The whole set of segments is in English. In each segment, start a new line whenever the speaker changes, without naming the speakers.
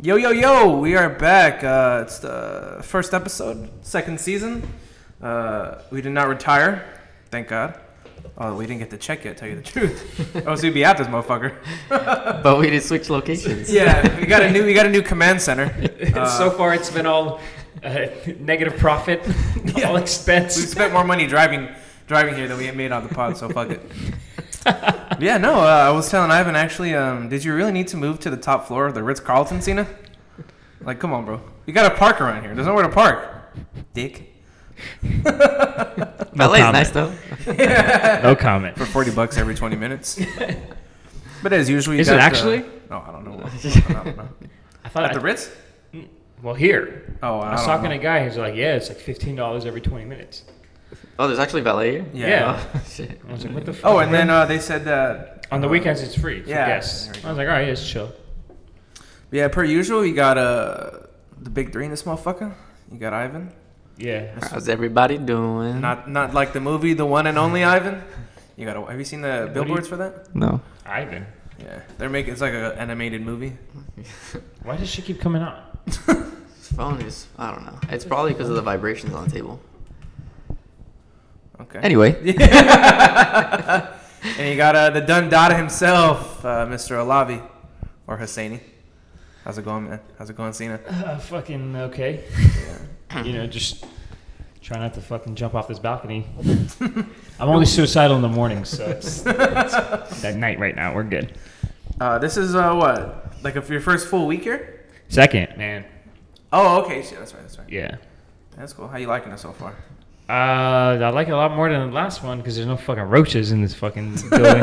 Yo, yo, yo! We are back. Uh, it's the first episode, second season. Uh, we did not retire, thank God. Oh, we didn't get to check yet. Tell you the truth, or else we'd be at this motherfucker.
But we did switch locations.
Yeah, we got a new, we got a new command center. Uh,
so far, it's been all uh, negative profit, all
we
expense.
spent more money driving driving here than we made on the pod, so fuck it. yeah, no, uh, I was telling Ivan actually. Um, did you really need to move to the top floor of the Ritz Carlton, Cena? Like, come on, bro. You got to park around here. There's nowhere to park. Dick.
LA is
comment.
nice though.
No comment.
For forty bucks every twenty minutes. But as usual, you
Is it
got the-
actually?
no, I don't know. I don't know.
I thought
At the Ritz?
well, here
Oh, I,
I was
don't
talking
know.
to a guy who's like, "Yeah, it's like fifteen dollars every twenty minutes."
Oh, there's actually valet here.
Yeah.
Yeah.
Oh, shit.
I was like, "What the?" Fuck?
Oh, and then uh, they said that uh,
on the weekends it's free
Oh.
for
yeah,
guests.
there we
I was like, "All right, it's chill."
Yeah, per usual, you got uh, the big three in this motherfucker. You got Ivan.
Mm-hmm. Yeah,
How's everybody doing?
Not not like the movie, the one and only Ivan. You got to have you seen the
you-
billboards for that?
no.
Ivan.
Yeah, they're making it's like an animated movie.
Why does she keep coming on?
His phone is. I don't know. It's probably because of the vibrations on the table.
Okay.
Anyway,
And you got uh, the Dundada himself, uh, Mr. Olavi, or Hosseini. How's it going, man? How's it going, Cena?
Uh, fucking okay. you know, just try not to fucking jump off this balcony. I'm only suicidal in the morning, so it's, it's that night right now. We're good.
Uh, this is uh, what like if your first full week here.
Second, man.
Oh, okay. Shit, that's right. That's right.
Yeah.
That's cool. How you liking it so far?
Uh, I like it a lot more than the last one because there's no fucking roaches in this fucking building.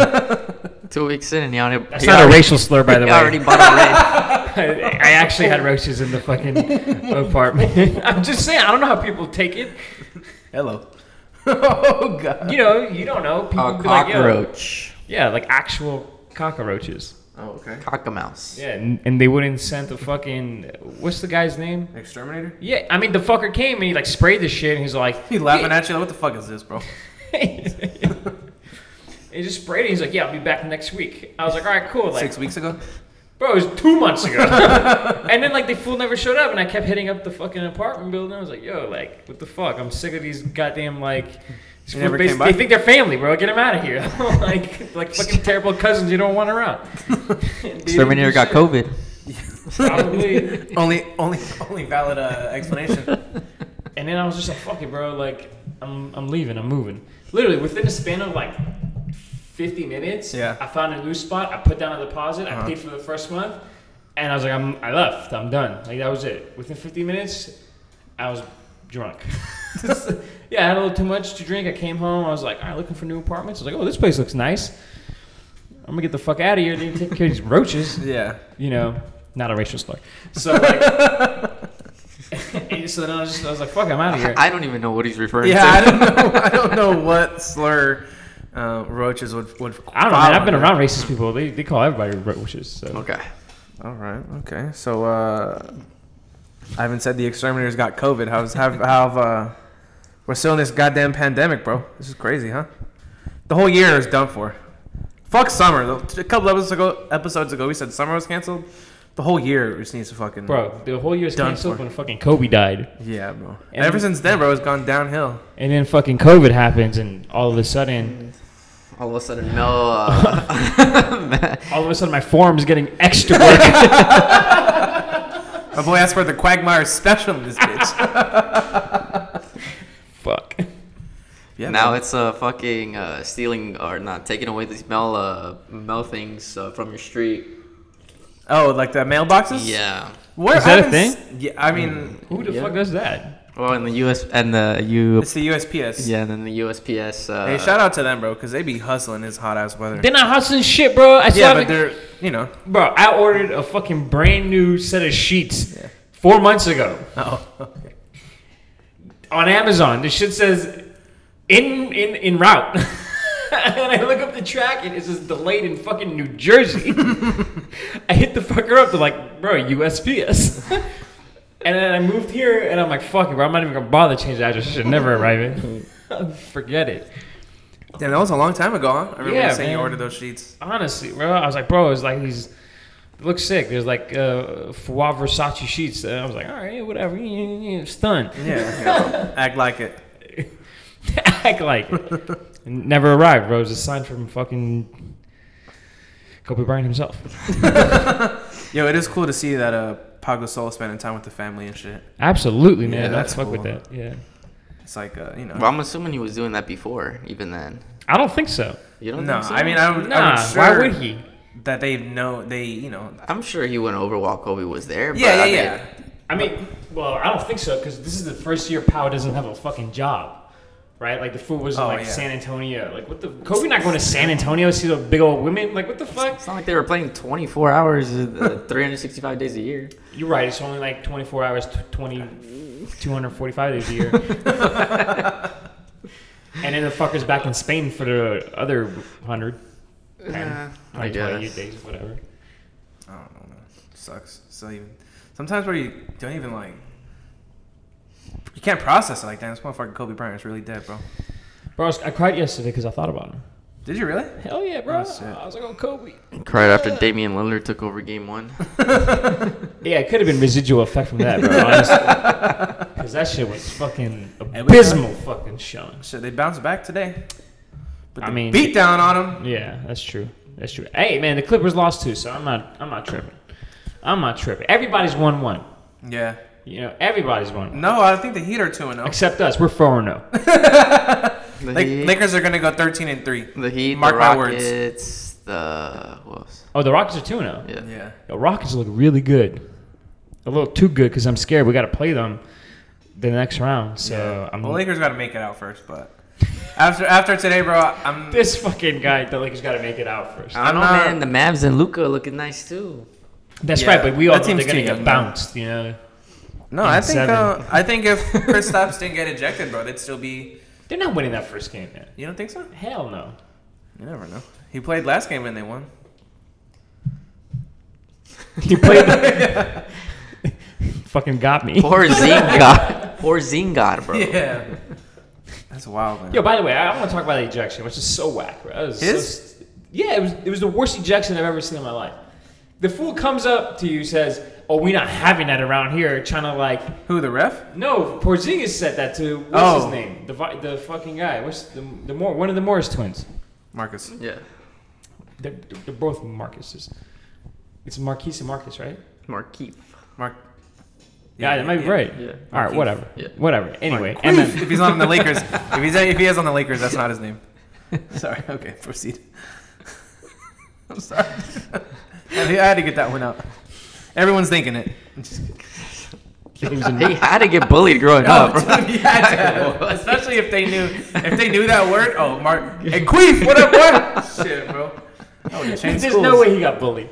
two weeks in and you already.
That's
you
not a
already-
racial slur, by the
you
way.
already bought a red.
I, I actually had roaches in the fucking apartment. I'm just saying, I don't know how people take it.
Hello. oh God.
You know, you don't know. People
A
be like, "Yo."
cockroach.
yeah, like actual cockroaches.
Oh, okay.
Cockamouse.
Yeah, and, and they wouldn't send the fucking what's the guy's name?
Exterminator.
Yeah, I mean the fucker came and he like sprayed the shit and he's like
He laughing at you. Like, what the fuck is this, bro?
he just sprayed it. He's like, yeah, I'll be back next week. I was like, all right, cool. Like,
Six weeks ago.
bro, it was two months ago. and then like the fool never showed up, and I kept hitting up the fucking apartment building. I was like, yo, like, what the fuck? I'm sick of these goddamn like. these
They never
fools
came
basi-
by?
they think they're family, bro. Get them out of here. like, like fucking terrible cousins you don't want around. They didn't do
Exterminator got
shit.
COVID.
Probably.
only, only, only valid uh, explanation.
And then I was just like, fuck it, bro. Like, I'm, I'm leaving. I'm moving. Literally, within a span of like 50 minutes,
Yeah.
I found a new spot. I put down a deposit. I
Uh-huh.
paid for the first month. And I was like, I'm, I left. I'm done. Like, that was it. Within 50 minutes, I was drunk. yeah, I had a little too much to drink. I came home. I was like, all right, looking for new apartments. I was like, oh, this place looks nice. I'm going to get the fuck out of here. Then take care of these roaches
Yeah.
you know, not a racial slur. So like, and so then I was just, I was like, fuck, I'm out of here.
I don't even know what he's referring
Yeah, I
to.
don't know. I don't know what slur uh, roaches would would.
I don't know, man. I've been around racist people. They, they call everybody roaches. So
Okay.
All right. Okay. So uh, I haven't said the exterminators got COVID. How's have have uh, we're still in this goddamn pandemic, bro? This is crazy, huh? The whole year is done for. Fuck summer. though. A couple episodes ago, episodes ago, we said summer was canceled. The whole year just needs to fucking.
bro, the whole year's
Done
canceled
for.
when fucking Kobe died,
Yeah, bro.
And-
Ever since then, bro, it's gone downhill.
and then fucking COVID happens, and all of a sudden,
All of a sudden, no. Uh,
all of a sudden, my forearm's getting extra work.
My boy asked for the Quagmire special in this bitch.
fuck.
Yeah,
now
bro.
it's uh, fucking uh, stealing or not taking away these mail uh, mail things uh, from your street.
oh, like the mailboxes.
Yeah.
What,
Is that a
happens-
thing? Hmm.
Yeah, I mean,
Who the
Yeah.
fuck does that?
Well, in the U.S. and the U.
it's the USPS.
Yeah, and then the USPS. Uh,
Hey, shout out to them, bro, because they be hustling this hot ass weather.
They're not hustling shit, bro. I still
yeah, but
haven't-
they're you know.
bro. I ordered a fucking brand new set of sheets four months ago.
Oh, okay.
on Amazon. This shit says in in in route. and I look up the track and it says delayed in fucking New Jersey. I hit the fucker up. They're like, bro, USPS. and then I moved here and I'm like, fuck it, bro. I'm not even gonna bother to change the address. It should never arrive in. Forget it.
damn, that was a long time ago. Huh? I remember
Yeah,
you saying you
man.
ordered those sheets.
Honestly, bro. I was like, bro, it's like these It looks sick. There's like uh, foie Versace sheets. And I was like, all right, whatever. Stun.
Yeah, yeah. act like it.
Act like it. Never arrived, bro. It was a sign from fucking Kobe Bryant himself.
Yo, it is cool to see that uh, Pago Gasol spending time with the family and shit.
Absolutely, man.
Yeah,
Don't
that's
fuck with
cool.
that. Yeah.
It's like uh, you know.
Well, I'm assuming he was doing that before, even then.
I don't think so.
You don't
no,
think so?
I mean, I would. I
Nah,
would sure
why would he?
That they know they you know.
I'm sure he went over while Kobe was there. But
Yeah, yeah,
I mean,
yeah.
I mean, well, I don't think so because this is the first year Powell doesn't have a fucking job, right? Like the food was in
Oh,
like
yeah.
San Antonio. Like what the Kobe not going to San Antonio to see the big old women? Like what the fuck?
It's not like they were playing 24 hours, uh, 365 days a year.
You're right. It's only like 24 hours, t- 20, 245 days a year. and then the fucker's back in Spain for the other 100, 10,
Yeah, I
120
guess.
days, whatever.
I don't know. Man. Sucks. So even sometimes where you don't even like. You can't process it like that. This motherfucker Kobe Bryant is really dead, bro.
Bro, I, was- I cried yesterday because I thought about him.
Did you really?
Hell yeah, bro.
Oh, shit.
I was like, oh, Kobe.
Cried after Damian Lillard took over game one.
Yeah, it could have been residual effect from that, bro. Honestly, because that shit was fucking
And we-
abysmal, fucking showing.
Shit, they bounced back today. But
I
the
mean-
beat down on him.
Yeah, that's true. That's true. Hey, man, the Clippers lost too, so I'm not. I'm not tripping. I'm not tripping. Everybody's one one.
Yeah.
You know, everybody's one.
No, I think the Heat are two and oh. zero.
Except us, we're four and oh. zero.
The
Like
Heat,
Lakers are gonna go thirteen and three.
the Heat,
Mark
the
my words.
Rockets, the who else?
Oh, the Rockets are two and zero.
Yeah.
Yeah.
The Rockets look really good. A little too good because I'm scared. We got to play them the next round. So I'm.
The Lakers got to make it out first, but after after today, bro, I'm
this fucking guy, the Lakers got to make it out first.
I don't know,
I'm not-
Oh, man. The Mavs and Luca looking nice too.
That's
Yeah,
right, but we all
that
know they're
team's
gonna
too
get
young, man.
bounced. You know,
no. I
in
think
seven.
uh, I think if Chris Stapps didn't get ejected, bro, they'd still be.
they're not winning that first game, man.
You don't think so?
Hell no.
You never know. He played last game and they won.
You played. fucking got me.
Poor Zinga. Poor Zinga, bro.
Yeah. That's wild, man.
Yo, by the way, I want to talk about the ejection, which is so whack, bro. That was so
His?
st- yeah, it was it was the worst ejection I've ever seen in my life. The fool comes up to you, says, "Oh, we not having that around here." Trying to like,
Who the ref?
no, Porzingis said that to what's
Oh.
his name, the vi- the fucking guy, what's the the more one of the Morris twins.
Marcus.
Yeah.
They're, they're both Marcus's. It's Marquise and Marcus, right?
Markeith.
Mark.
Yeah, that might be right.
yeah.
All right, whatever.
Yeah.
Whatever. Anyway, and then
If he's on the Lakers, if he's if he is on the Lakers, that's not his name. Sorry. Okay, proceed. I'm sorry. I had to get that one out. Everyone's thinking it.
he was in-
He had to get bullied growing up.
Oh,
bro.
dude, you had to. Especially if they knew if they knew that word. Oh, Mark and Queef, what up, boy? Shit, bro. I would have changed
There's
schools.
no way he got bullied.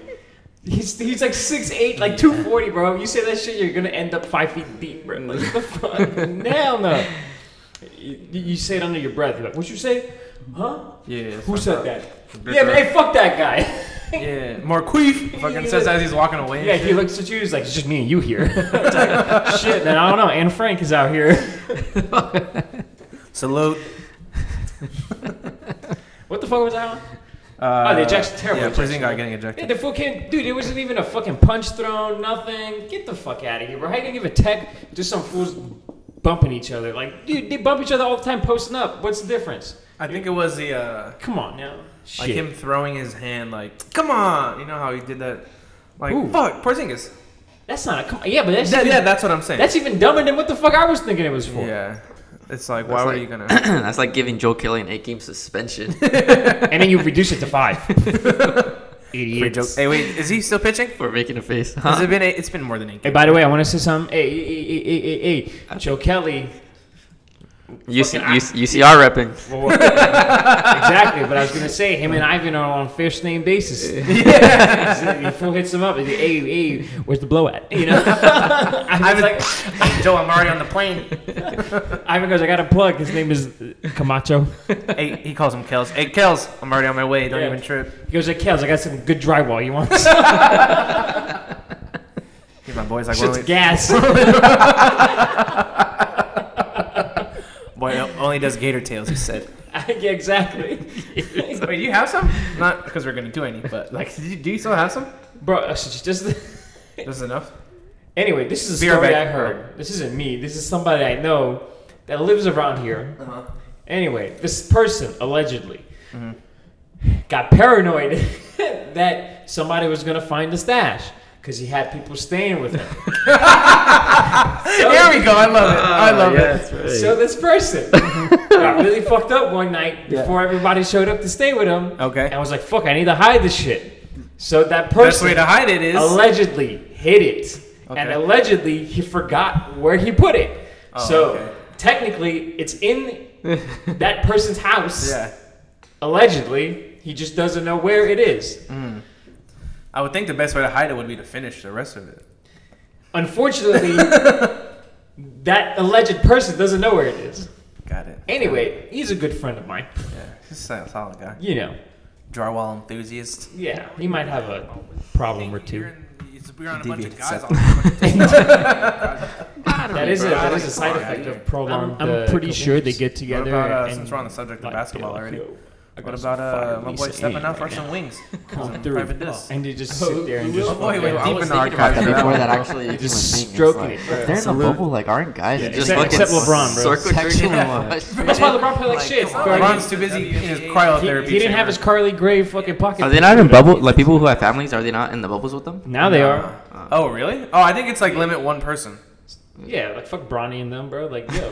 He's, he's like 6'8", like 240, bro. You say that shit, you're going to end up 5 feet deep, bro. Like, what the fuck? Hell no. You, you say it under your breath. You're like, what you say? Huh?
Yeah, yeah,
Who
it's
said
not-
that? Yeah, but, hey, fuck that guy.
Yeah, Mark Queef fucking says as he's walking away. and
yeah, he
shit.
looks at you. He's like, it's just me and you here. It's like, shit, man, I don't know. Anne Frank is out here.
salute.
What the fuck was that on?
Uh,
Oh, the ejection's terrible.
Yeah,
Ejection.
Porzingis getting
Yeah,
ejected.
the fool can't, dude. It wasn't even a fucking punch thrown, nothing. Get the fuck out of here, bro. How you gonna give a tech to some fools bumping each other? Like, dude, they bump each other all the time, posting up. What's the difference?
I think it was the uh,
Come on now,
like
shit.
him throwing his hand, like come on, you know how he did that, like
Ooh.
fuck Porzingis.
That's not a come. Yeah, but that's
That-
even,
yeah, that's what I'm saying.
that's even dumber than what the fuck I was thinking it was for.
yeah, it's like
That's
why were
like-
you gonna?
that's like giving Joe Kelly an eight game suspension.
And then you reduce it to five. Idiots.
Hey, wait, is he still pitching?
for making a face.
Has
Huh?
it been? Eight? It's been more than eight.
Hey, by the way, I want to say something. Hey, hey, hey, hey, hey, hey, hey. Joe Kelly.
UC,
fucking-
UC, UCR repping.
Oh,
Well, well, exactly, but I was gonna say him and Ivan are on first name basis. Yeah, fool hits him up. And, hey, hey, where's the blow at? You know, Ivan's like,
Joe, I'm already on the plane.
Ivan goes, I got a plug. His name is Camacho.
hey, he calls him Kels. Hey, Kels, I'm already on my way. Don't
Yeah.
even trip.
He goes, like, Kels, I got some good drywall. You want? Some?
He's my boy's like,
Shit's
only,
gas.
boy only does gator tails. He said.
yeah, exactly.
Wait, do you have some? Not because we're gonna do any, but like, do you, do you still have some?
Bro, uh, sh- sh- just
This is enough.
anyway, this is a
Be right
story
back.
I heard. This isn't me. This is somebody I know that lives around here.
Uh-huh.
Anyway, this person allegedly
Mm-hmm.
got paranoid that somebody was gonna find the stash because he had people staying with him. So-
There we go. I love it.
Ah,
I love it.
So this person got really fucked up one night before everybody showed up to stay with him.
Okay.
And was like, fuck, I need to hide this shit. So that
Best
person
way to hide it is.
allegedly hid it. And
Okay.
allegedly he forgot where he put it.
Oh,
so
okay.
technically it's in that person's house.
yeah.
Allegedly. He just doesn't know where it is.
Mm. I would think the best way to hide it would be to finish the rest of it.
Unfortunately, that alleged person doesn't know where it is.
Got it.
Anyway, he's a good friend of mine.
Yeah. This is a solid guy.
You know.
Drywall enthusiast.
Yeah, he might have a problem or two.
We're on a bunch of
Deviated
guys.
set.
That is a
bro.
that is a side
Fuck outta
effect
here.
of prolonged.
I'm- I'm
uh,
pretty sure they
coherence.
get together.
about, uh,
and,
since we're on the subject of
like,
basketball
they're
already,
like, "Yo, I
What
got some
about
fire
uh, my boy
Lisa
stepping
Ann
out for
right now.
some wings?
Come
Some
through.
private dish.
and they just sit there and
Oh,
just
boy,
fucking-
wait,
I
deep
was
in
thinking
archive.
about that before that actually
You're
even
just
a thing. It's
stroking
like,
it, bro.
if They're in a
Salute.
bubble, like aren't guys?
Yeah,
just
except-
fucking
except LeBron, bro.
Circle jerking
Sexual, uh,
That's why LeBron play like, shit. Carly-
LeBron's too busy in his
he,
cryotherapy.
he didn't have his Carly Gray fucking pocket.
Are they not in bubble? Like people who have families, are they not in the bubbles with them?
Now they are.
Oh really? Oh, I think it's like limit one person.
Yeah, like fuck Bronny and them, bro. Like, yo,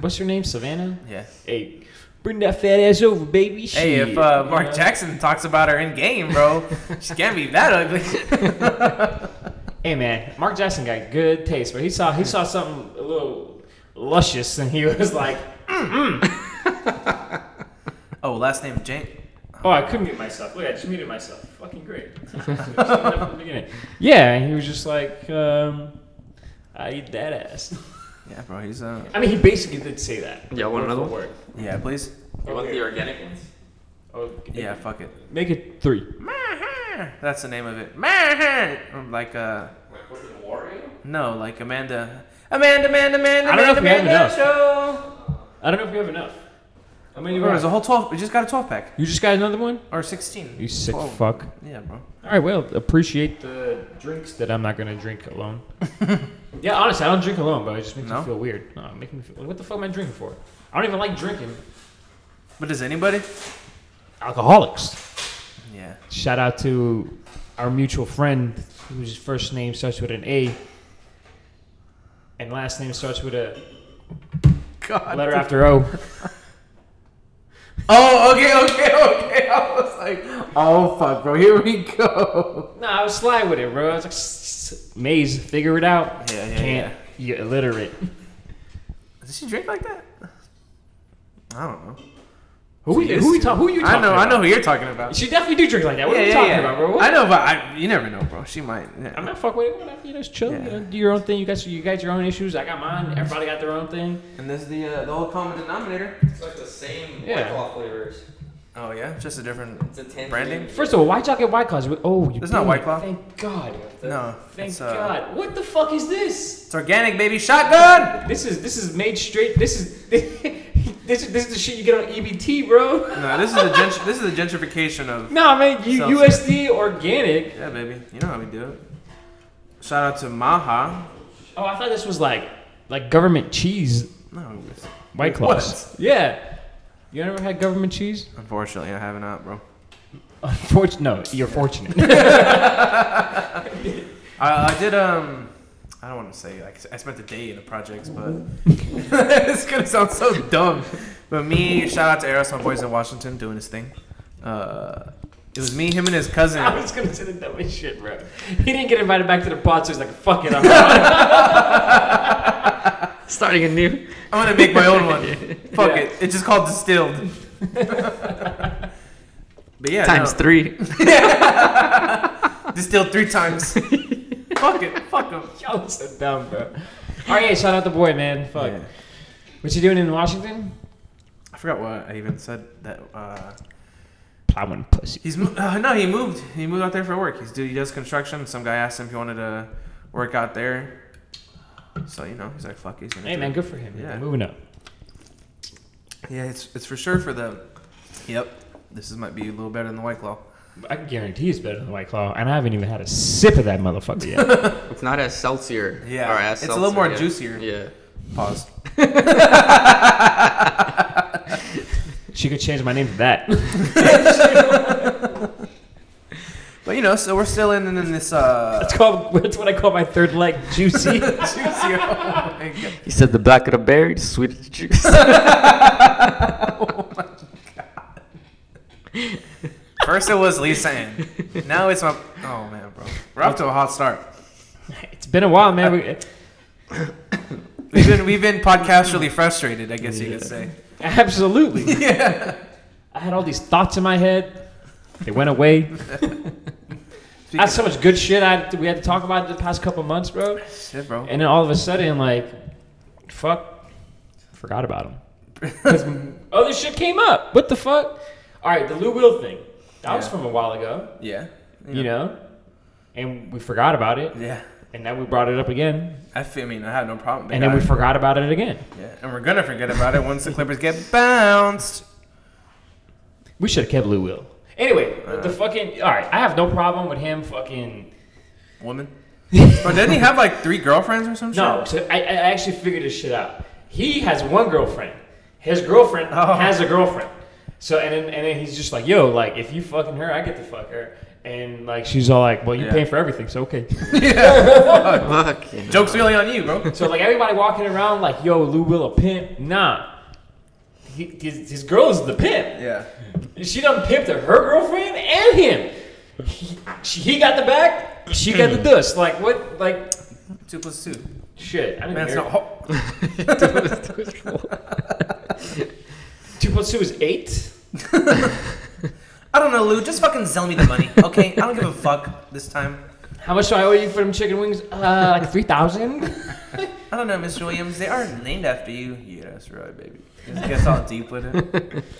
what's your name, Savannah?
Yeah.
Hey, bring that fat ass over, baby. Shit.
Hey, if uh, Mark
Yeah.
Jackson talks about her in game, bro, she can't be that ugly.
Hey man, Mark Jackson got good taste, but he saw he saw something a little luscious, and he was like,
oh, last name Jane.
"Oh, I couldn't mute myself. Look, I just muted myself. Fucking great." yeah, and he was just like, um, "I eat that ass."
Yeah, bro, he's uh.
I mean, he basically did say that.
Yeah, want
Word
another one?
for word.
Yeah, please.
You want the organic ones?
Oh,
Yeah, fuck it.
make it three.
That's the name of it. I'm Like uh,
Like what the Oreo?
no, like Amanda. Amanda, Amanda, Amanda,
I don't know if
Amanda, Amanda
we have enough.
show.
I don't know if we have enough. How many?
Bro,
we
there's a
have?
whole twelve. We just got a twelve pack
You just got another one?
or sixteen.
You sick
12.
fuck.
Yeah, bro.
All right, well, appreciate the drinks that I'm not gonna drink alone. yeah, honestly, I don't drink alone, but it just makes
No?
me feel weird. No, it makes me feel. What the fuck am I drinking for? I don't even like drinking.
But does anybody?
Alcoholics.
Yeah.
Shout out to our mutual friend whose first name starts with an A, and last name starts with a
God.
letter after O.
Oh, okay, okay, okay. I was like, oh fuck, bro. Here we go.
No, I was sly with it, bro. I was like, "S- s- Maze, figure it out.
Yeah, yeah,
Can't. You illiterate.
Does she drink like that? I don't know.
Who we, who we talk, Who you talking?
I know. I
about?
know who you're talking about.
She definitely do drink like that. What are you talking about, bro? What?
I know, but I, you never know, bro. She might. Yeah.
I'm not fuck with it. Whatever, you know, it's chill.
Yeah.
You know, do your own thing. You guys, you got your own issues. I got mine. Everybody got their own thing.
And this is the uh, the whole common denominator.
It's like the same
Yeah.
White Claw flavors.
Oh yeah, just a different.
It's a tangerine.
Branding?
First of all, why'd y'all get white claws? Oh, you
It's not
did.
White Claw.
Thank God.
No,
Thank
it's, uh,
God. What the fuck is this?
It's organic, baby. Shotgun.
This is this is made straight. This is this is this is the shit you get on EBT, bro.
No, this is a gentr- this is a gentrification of.
Nah, man. You,
Sounds-
USD organic.
Yeah, baby. You know how we do it. Shout out to Maha.
Oh, I thought this was like like government cheese
No, it's-
white claws. Yeah. You ever had government cheese?
unfortunately, I haven't out, bro.
Unfortunate. No, you're fortunate.
I, I did. Um, I don't want to say like I spent the day in the projects, but it's gonna sound so dumb. But me, shout out to Eros, my boys in Washington, doing his thing. Uh, it was me, him, and his cousin.
I was gonna say the dumbest shit, bro. He didn't get invited back to the pod, so he's like, "Fuck it, I'm out."
Starting a new.
I'm gonna make my own one. Fuck it. It's just called distilled. but yeah,
Times
no.
three.
distilled three times. fuck it. Fuck them.
Y'all are so dumb, bro. All right, yeah, shout out the boy, man. Fuck. What you doing in Washington?
I forgot what I even said. That uh,
Plowing pussy.
he's mo- uh, no, he moved. He moved out there for work. He's do he does construction. Some guy asked him if he wanted to work out there. So you know, he's like, fuck, he's gonna.
Hey,
do
man,
it.
good for him. man.
Yeah.
Moving up.
Yeah, it's it's for sure for the. Yep. This is, might be a little better than the White Claw.
I guarantee it's better than White Claw, and I haven't even had a sip of that motherfucker yet.
It's not as seltzer.
Yeah,
or as
it's a little more
seltzer, yeah.
juicier.
Yeah.
Pause.
she could change my name to that.
But you know, so we're still in in this uh,
That's called. That's what I call my third leg, juicy.
juicier. Oh my God.
He said the black of the berry, the sweet of the juice.
Oh First it was Lee San. Now it's my. Oh man, bro, we're off to a hot start.
it's been a while, man. We,
We've been we've been podcastually frustrated, I guess you could say.
absolutely. Yeah. I had all these thoughts in my head. They went away. That's so much good shit I, we had to talk about the past couple months, bro.
Shit, bro.
And then all of a sudden, like, fuck, forgot about him. 'Cause other shit came up. What the fuck? All right, the Lou Will thing. That was
Yeah.
from a while ago,
Yeah.
you know? And we forgot about it.
Yeah.
And then we brought it up again.
I feel. I mean, I have no problem.
And then we forgot about it again.
yeah. And we're gonna forget about it once the Clippers get bounced.
We should have kept Lou Will. Anyway, the fucking. All right, I have no problem with him fucking.
Woman. But didn't he have like three girlfriends or some shit?
No, so I, I actually figured this shit out. He has one girlfriend. His girlfriend
Oh.
has a girlfriend. So and then and then he's just like, yo, like if you fucking her, I get to fuck her. And like she's all like, well, you
Yeah.
paying for everything, so okay.
Fucking
Joke's really on you, bro.
so like everybody walking around like, yo, Lou Will a pimp? Nah. He, his, his girl is the pimp.
Yeah.
She done pimped her girlfriend and him. He, she, he got the back. She got the dust. Like what? Like
Two plus two.
shit. I didn't
Man, it's
hear-
not. Oh,
Two plus two is eight.
I don't know, Lou. Just fucking sell me the money, okay? I don't give a fuck this time.
How much do I owe you for them chicken wings? Uh, like three thousand.
I don't know, Mr. Williams. They are named after you. Yeah, that's right, baby. Just gets all deep with it.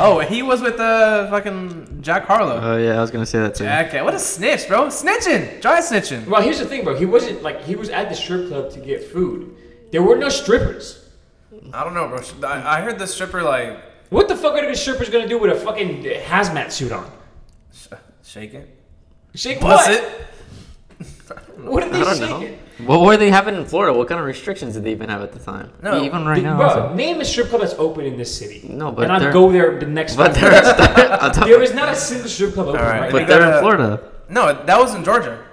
Oh, he was with uh fucking Jack Harlow.
Oh yeah, I was gonna say that too.
Jack, what a snitch, bro. Snitching, dry snitching.
well, here's the thing, bro. He wasn't like he was at the strip club to get food. There were no strippers.
I don't know, bro. I, I heard the stripper like
What the fuck are the strippers gonna do with a fucking hazmat suit on?
sh- shake it,
Shake
bust
what?
it.
What are
I
they
don't know.
shaking?
What were they having in Florida? What kind of restrictions did they even have at the time?
No.
even right
Dude,
now.
bro,
also.
name a strip club that's open in this city.
No, but
and I'll
they're-
go there the next.
But
five
they're
minutes.
I'm talking-
there is not a single strip club open
All right,
right,
we
but
now.
got-
they're in
gotta-
Florida.
No, that was in Georgia.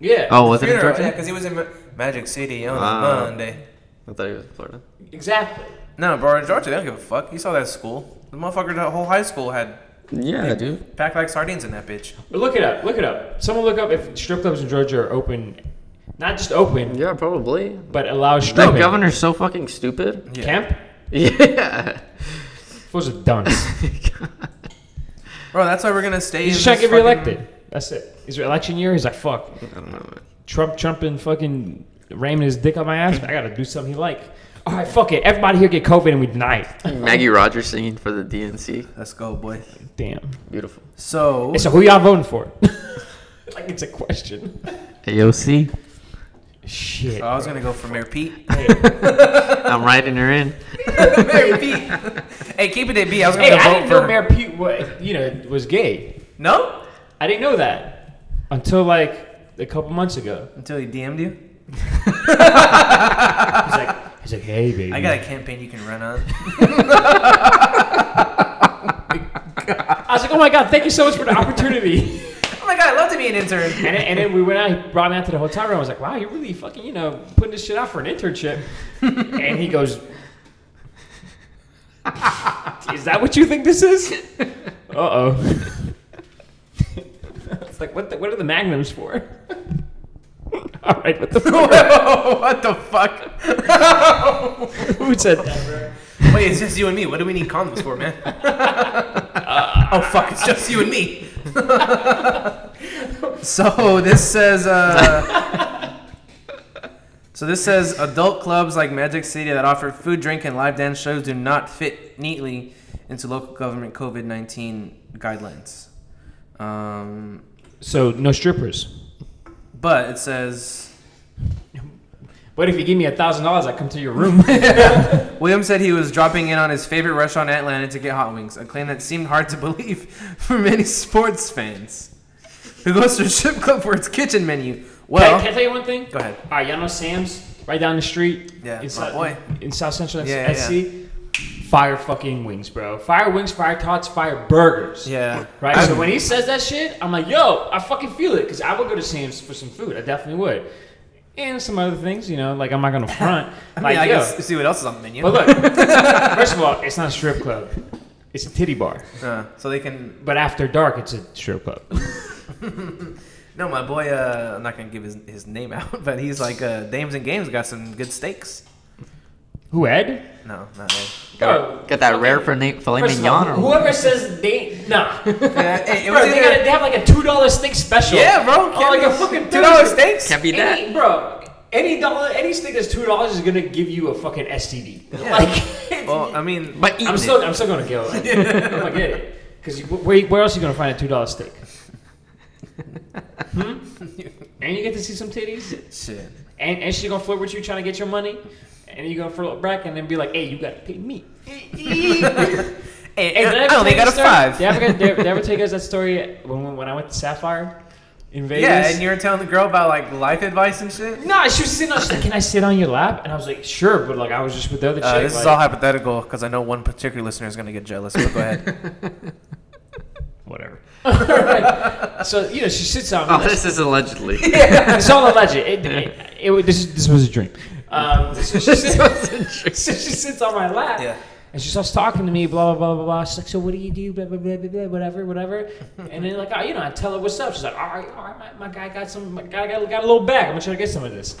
Yeah.
Oh, was it in
Funeral, Yeah,
Georgia?
because he was in Ma- Magic City on a
Ah.
Monday.
I thought he was in Florida.
Exactly.
No, bro, in Georgia they don't give a fuck. You saw that school. The motherfucker, the whole high school had
Yeah, dude.
packed like sardines in that bitch.
But look it up. Look it up. Someone look up if strip clubs in Georgia are open, not just open,
Yeah, probably.
but allow
The
stripping.
governor's so fucking stupid.
Yeah.
Camp.
Yeah.
Fools are dunce.
Bro, that's why we're gonna stay. in
He's just trying to
this
get
fucking-
reelected. That's it. His election year, he's like, fuck.
I don't know, man.
Trump, Trump, and fucking ramming his dick on my ass. but I gotta do something he like. All right, fuck it. Everybody here get COVID and we deny it.
Maggie Rogers singing for the DNC.
Let's go, boy.
Damn.
Beautiful.
So,
So who y'all voting for? like it's a question.
AOC.
Shit.
I was gonna go for Mayor Pete.
I'm writing her in.
Mayor Pete. hey, keep it at B. I was gonna go
hey, I
vote
didn't
for
know Mayor Pete was, you know, was gay.
No,
I didn't know that until like a couple months ago.
until he DM'd you.
He's like, he's like, hey baby.
I got a campaign you can run on. Oh
I was like, oh my god, thank you so much for the opportunity.
Oh my god, I'd love to be an intern.
And then, and then we went out. He brought me out to the hotel room. I was like, "Wow, you're really fucking, you know, putting this shit out for an internship." and he goes, "Is that what you think this is?" uh oh. it's like, what? The, what are the magnums for? All right, what the fuck?
Whoa, what the fuck?
Who said that, bro?
Wait, it's just you and me. What do we need condoms for, man? oh fuck, it's just you and me. so this says. Uh, so this says adult clubs like Magic City that offer food, drink, and live dance shows do not fit neatly into local government COVID nineteen guidelines. Um,
So no strippers.
but it says
But if you give me a thousand dollars, I come to your room.
William said he was dropping in on his favorite restaurant in Atlanta to get hot wings, a claim that seemed hard to believe for many sports fans. Who goes to a strip club for its kitchen menu?
Can I-
Well,
can I tell you one thing?
Go ahead.
All right, y'all know Sam's right down the street.
Yeah, my
in South,
boy.
in South Central
Yeah, yeah,
SC. Fire fucking wings, bro. Fire wings, fire tots, fire burgers.
yeah,
Right.
I-
so when he says that shit, I'm like, yo, I fucking feel it because I would go to Sam's for some food. I definitely would. And some other things, you know, like I'm not gonna front.
I mean,
like,
I
yo.
guess see what else is on the menu.
But look, first of all, it's not a strip club. It's a titty bar.
Uh, so they can.
But after dark, it's a strip club.
No, my boy. Uh, I'm not gonna give his, his name out, but he's like uh, Dames and Games got some good steaks.
Who Ed?
No, not him.
Oh. Yo,
Got that rare filet filet
First of all,
mignon or what?
whoever says they nah,
Yeah, it- it
bro,
was
they,
either-
gotta, they have like a two dollar steak special.
Yeah, bro.
Oh, like
can't
a
be-
fucking
two dollar
Thursday.
steaks.
Can't be that.
Any, bro, any dollar, any steak that's two dollars is gonna give you a fucking STD.
Yeah.
Like,
Well, I mean,
But eating
I'm still, I'm still gonna go. Like, I'm gonna get it. Cause you, where, where else you gonna find a two dollar steak? Hmm? And you get to see some titties,
shit.
and and she's gonna flirt with you, trying to get your money, and you gonna flirt back, and then be like, "Hey, you gotta pay me."
Hey,
Hey, did
I
ever
only
tell you
got a
the story-
five.
Did I ever, did I- did I ever tell you guys that story when, when, when I went to Sapphire in Vegas?
Yeah, and you were telling the girl about like life advice and shit.
No, she was sitting on. She's like, "Can I sit on your lap?" And I was like, "Sure," but like I was just with the other chick.
Uh, this
like,
is all hypothetical because I know one particular listener is going to get jealous. But go ahead.
Whatever.
so you know, she sits on. Me,
Oh,
like,
this is allegedly.
it's all alleged. It, it, it, was- this, this was a dream. Um, so, she sits, so she sits on my lap.
Yeah.
And she starts talking to me, blah, blah, blah, blah, blah. She's like, so what do you do? Blah, blah, blah, blah, blah, whatever, whatever. And then, like, I, you know, I tell her what's up. She's like, all right, all right, my, my guy got some, my guy got, got a little bag. I'm going to try to get some of this.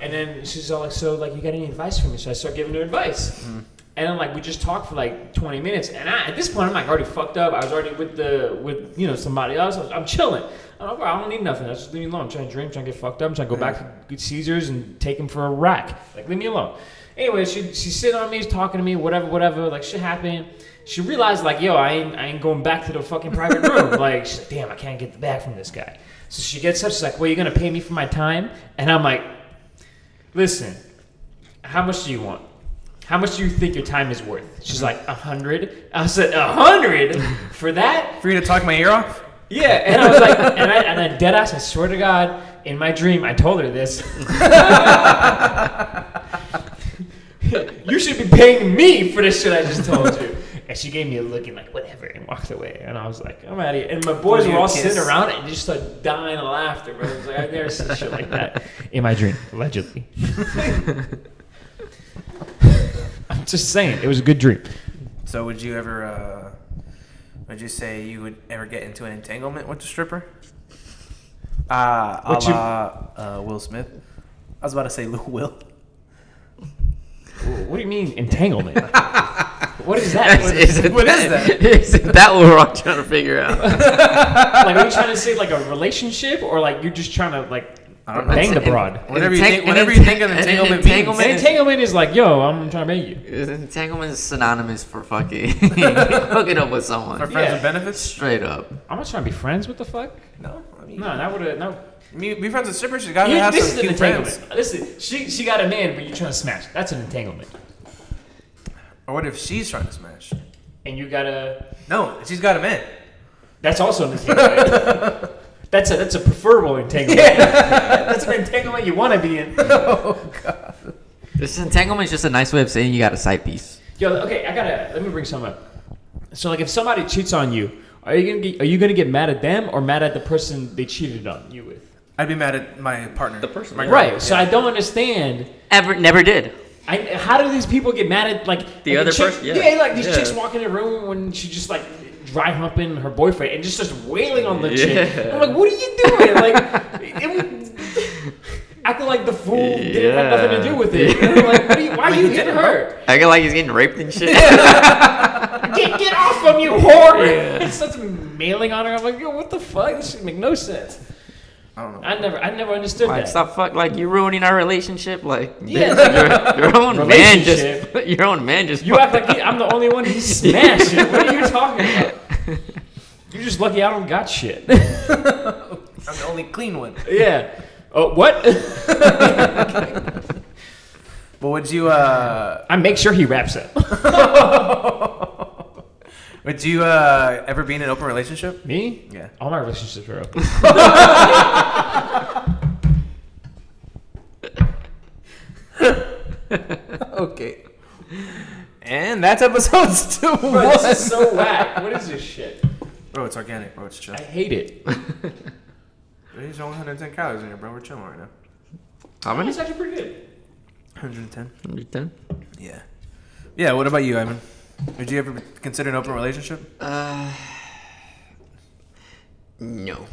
And then she's all like, so, like, you got any advice for me? So I start giving her advice. And I'm like, we just talked for like 20 minutes. And I, at this point, I'm like already fucked up. I was already with the, with, you know, somebody else. I was, I'm chilling. I'm like, bro, I don't need nothing. I just leave me alone. I'm trying to drink, trying to get fucked up. I'm trying to go back to Good Caesars and take him for a rack. Like, leave me alone. Anyway, she she's sitting on me, she's talking to me, whatever, whatever. Like shit happened. She realized like, yo, I ain't I ain't going back to the fucking private room. like, she's like, damn, I can't get the bag from this guy. So she gets up, she's like, well, you're gonna pay me for my time, and I'm like, listen, how much do you want? How much do you think your time is worth? She's like, a hundred. I said, a hundred for that?
For you to talk my ear off?
Yeah, and I was like, and I, and I dead ass, I swear to God, in my dream, I told her this. you should be paying me for this shit I just told you. And she gave me a look and like whatever and walked away. And I was like, I'm out of here. And my boys
Give you
were
a
all
kiss.
sitting around it and just like dying of laughter. But I was like, I've never seen shit like that in my dream, allegedly. I'm just saying, it was a good dream.
So would you ever? Uh, would you say you would ever get into an entanglement with the stripper? Ah, uh,
What you-
uh, Will Smith. I was about to say Lou Will.
What do you mean entanglement? what is that?
That's- isn't
What is that?
Isn't that what we're all trying to figure out?
like, are you trying to say like a relationship, or like you're just trying to like
I don't know.
bang the
It's an-
broad?
Whatever you
Entang-
think.
an
Whatever you
entang-
think of
an
entanglement.
entanglement
An
means.
entanglement is like, yo, I'm trying to bang you.
Is Entanglement is synonymous for fucking hooking up with
For
someone.
friends
Yeah.
with benefits?
Straight up.
I'm not trying to be friends. What the fuck?
No. I mean,
No, that would have no.
me- Be friends with strippers. You gotta
You-
have
this
some
is an
cute
entanglement.
friends.
Listen, she she got a man, but you're trying to smash. That's an entanglement.
Or what if she's trying to smash?
And you gotta.
No, she's got a man.
That's also an entanglement. that's a that's a preferable entanglement. that's an entanglement you want to be in.
This entanglement is just a nice way of saying you got a side piece.
Yo, okay, I gotta let me bring something up. So like, if somebody cheats on you, are you gonna get, are you gonna get mad at them or mad at the person they cheated on you with?
I'd be mad at my partner. The person. My girl.
Right. So I don't understand.
Ever never did.
I, how do these people get mad at like
The
like,
other
chick-
person- yeah.
like these
Yeah.
chicks walk in the room when she just like dry humping her boyfriend and just starts wailing on the chick.
Yeah.
I'm like, what are you doing? Like, it, acting like the fool didn't have nothing to do with it. I'm like, what are you, why are you hitting her?
I get like he's getting raped and shit.
get, get off from you, whore! It starts mailing on her. I'm like, yo, what the fuck? This should make no sense.
I don't know.
I never, I never understood
Like
that.
stop fuck like you ruining our relationship like
Yeah,
bitch, your, your own man just
Relationship.
your own man just
You act like he, I'm the only one who's smashing. what are you talking about? You're just lucky I don't got shit.
I'm the only clean one.
yeah. Oh, what?
But would you uh
I make sure he wraps up.
would you uh ever be in an open relationship?
Me?
Yeah.
All my relationships are open.
Okay. And that's episodes two.
so whack. What is this shit?
Bro, it's organic, bro. It's chill.
I hate it.
There's only 110 calories in here, bro. We're chilling right now.
How many?
It's actually pretty good.
110.
110.
Yeah. Yeah. What about you, Ivan? Would you ever consider an open relationship?
Uh, no.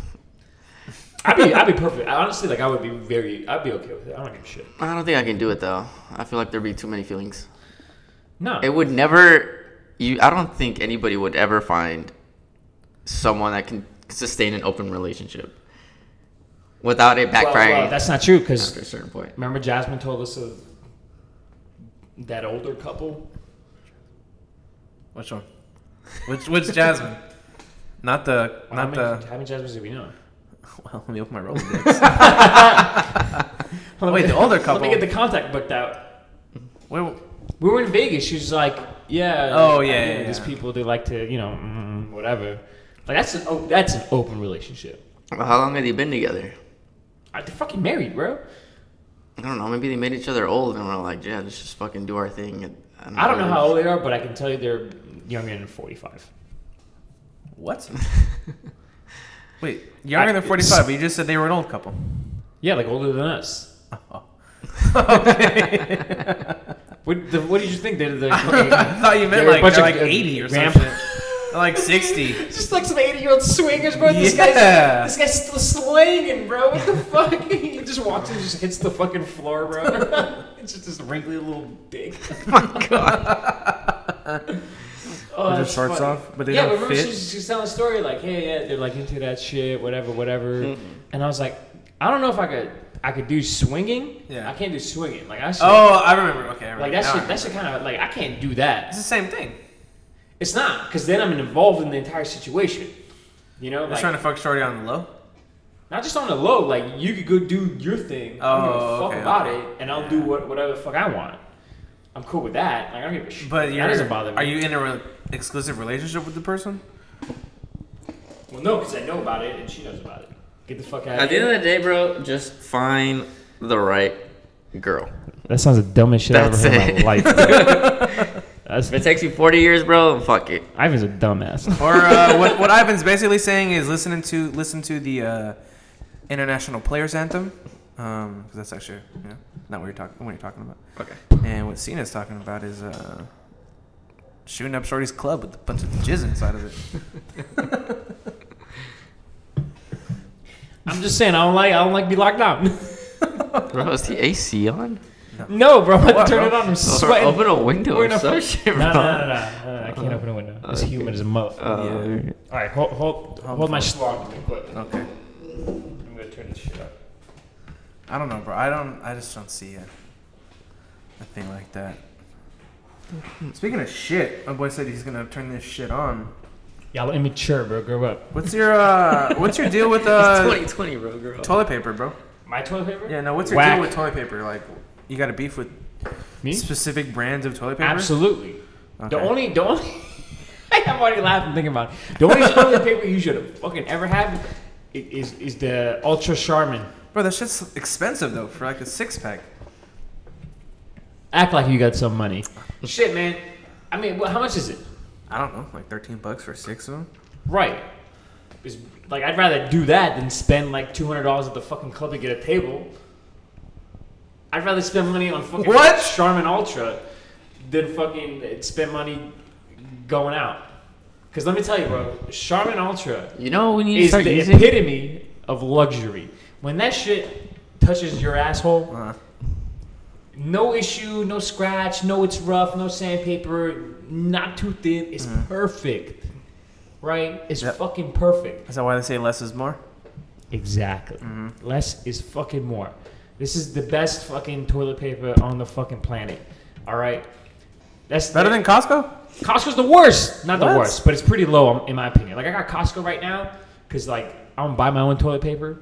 I'd be, I'd be perfect. I, honestly, like I would be very, I'd be okay with it. I don't give a shit.
I don't think I can do it though. I feel like there'd be too many feelings.
No.
It would never. You. I don't think anybody would ever find someone that can sustain an open relationship without it
Well, well,
backfiring
that's not true because
after a certain point.
remember Jasmine told us of that older couple.
Which one? Which Which Jasmine? Not the.
How
Not
many-
the.
How many Jasmines do we know?
Well, let me open my Rolodex. Oh, Wait, the older couple.
Let me get the contact booked out.
Where,
We were in Vegas. She was like, "Yeah,
Oh,
I
yeah,
know
yeah,
these
yeah.
people they like to, you know, mm, whatever." Like that's an o- that's an open relationship.
Well, How long have they been together?
I, they're fucking married, bro.
I don't know. Maybe they made each other old and were like, "Yeah, let's just fucking do our thing." and-
I don't know how old they are, but I can tell you they're younger than forty-five.
what? Wait, younger than 45, but you just said they were an old couple.
Yeah, like older than us. What, the, what did you think? They're the
I
fucking,
thought you meant
They're a
like
bunch
they're
of
like 80 or
grandpa-
something. like 60.
just like some eighty-year-old swingers, bro. This
Yeah.
guy's this guy's still slinging, bro. What the fuck? He just walks and just hits the fucking floor, bro. it's just this wrinkly little dick.
My God.
Oh,
With their
that's
shorts
funny.
off, but they
yeah,
don't
but remember
fit?
She, was- she was telling a story like, "Hey, yeah, they're like into that shit, whatever, whatever." And I was like, "I don't know if I could, I could do swinging.
Yeah.
I can't do swinging. Like I should,
Oh, I remember. Okay, I remember.
like
Now
that
I
shit,
remember.
that shit kind of like I can't do
It's
that.
the same thing.
It's not because then I'm involved in the entire situation. You know,
They're
like,
trying to fuck Shorty on the low.
not just on the low. Like you could go do your thing. I don't give a
Oh,
fuck
okay,
about
okay.
it, and I'll do what, whatever the fuck I want. I'm cool with that. Like I don't give a shit.
But you're,
that doesn't bother me.
Are you in a re- exclusive relationship with the person?
Well, no, because I know about it, and she knows about it. Get the fuck out.
At the end of the day, bro, just find the right girl.
That sounds the dumbest shit
That's
I've ever heard in
it.
my life. dude. That's,
If it takes you 40 years, bro, fuck it.
Ivan's a dumbass.
Or uh, what, what Ivan's basically saying is listening to listen to the uh, international players anthem because that's actually you know, not what you're talking what you're talking about.
Okay.
And what Cena's talking about is uh, shooting up Shorty's club with a bunch of jizz inside of it.
I'm just saying, I don't like, I don't like to be locked down.
Bro, is the AC on?
no, bro, I'm about
What,
to turn
bro?
it on. I'm
Or
sweating.
open a window
We're
or
in a-
some shit, bro.
No, no, no, no, no, no, I can't open a window. It's humid as a mother. All
Uh,
right, hold, hold, hold my schlong real quick.
Okay.
I'm gonna turn this shit up.
I don't know, bro. I don't. I just don't see a, a thing like that. Speaking of shit, my boy said he's gonna turn this shit on.
Y'all immature, bro. Grow up.
What's your uh, What's your deal with
it's
uh,
2020, bro, girl.
toilet paper, bro?
My toilet paper?
Yeah, no. What's your
Whack.
deal with toilet paper? Like, you got a beef with
Me?
specific brands of toilet paper?
Absolutely. The
Okay.
only, the only, I'm already laughing thinking about it. The only toilet paper you should fucking ever have i- is is the Ultra Charmin.
Bro, that shit's expensive though for like a six pack.
Act like you got some money. Shit, man. I mean, well, how much is it?
I don't know, like thirteen bucks for six of them.
Right. It's, like, I'd rather do that than spend like two hundred dollars at the fucking club to get a table. I'd rather spend money on fucking
What?
Charmin Ultra than fucking spend money going out. Because let me tell you, bro, Charmin Ultra
You know what we need to
is
start
the
using?
epitome of luxury. When that shit touches your asshole,
Uh,
no issue, no scratch, no it's rough, no sandpaper, not too thin. It's
Mm-hmm.
perfect. Right? It's
Yep.
fucking perfect.
is that why they say less is more?
Exactly.
Mm-hmm.
Less is fucking more. This is the best fucking toilet paper on the fucking planet. All right? That's
Better than Costco?
Costco's the worst. Not the
What?
worst, but it's pretty low um, in my opinion. Like I got Costco right now because like I don't buy my own toilet paper.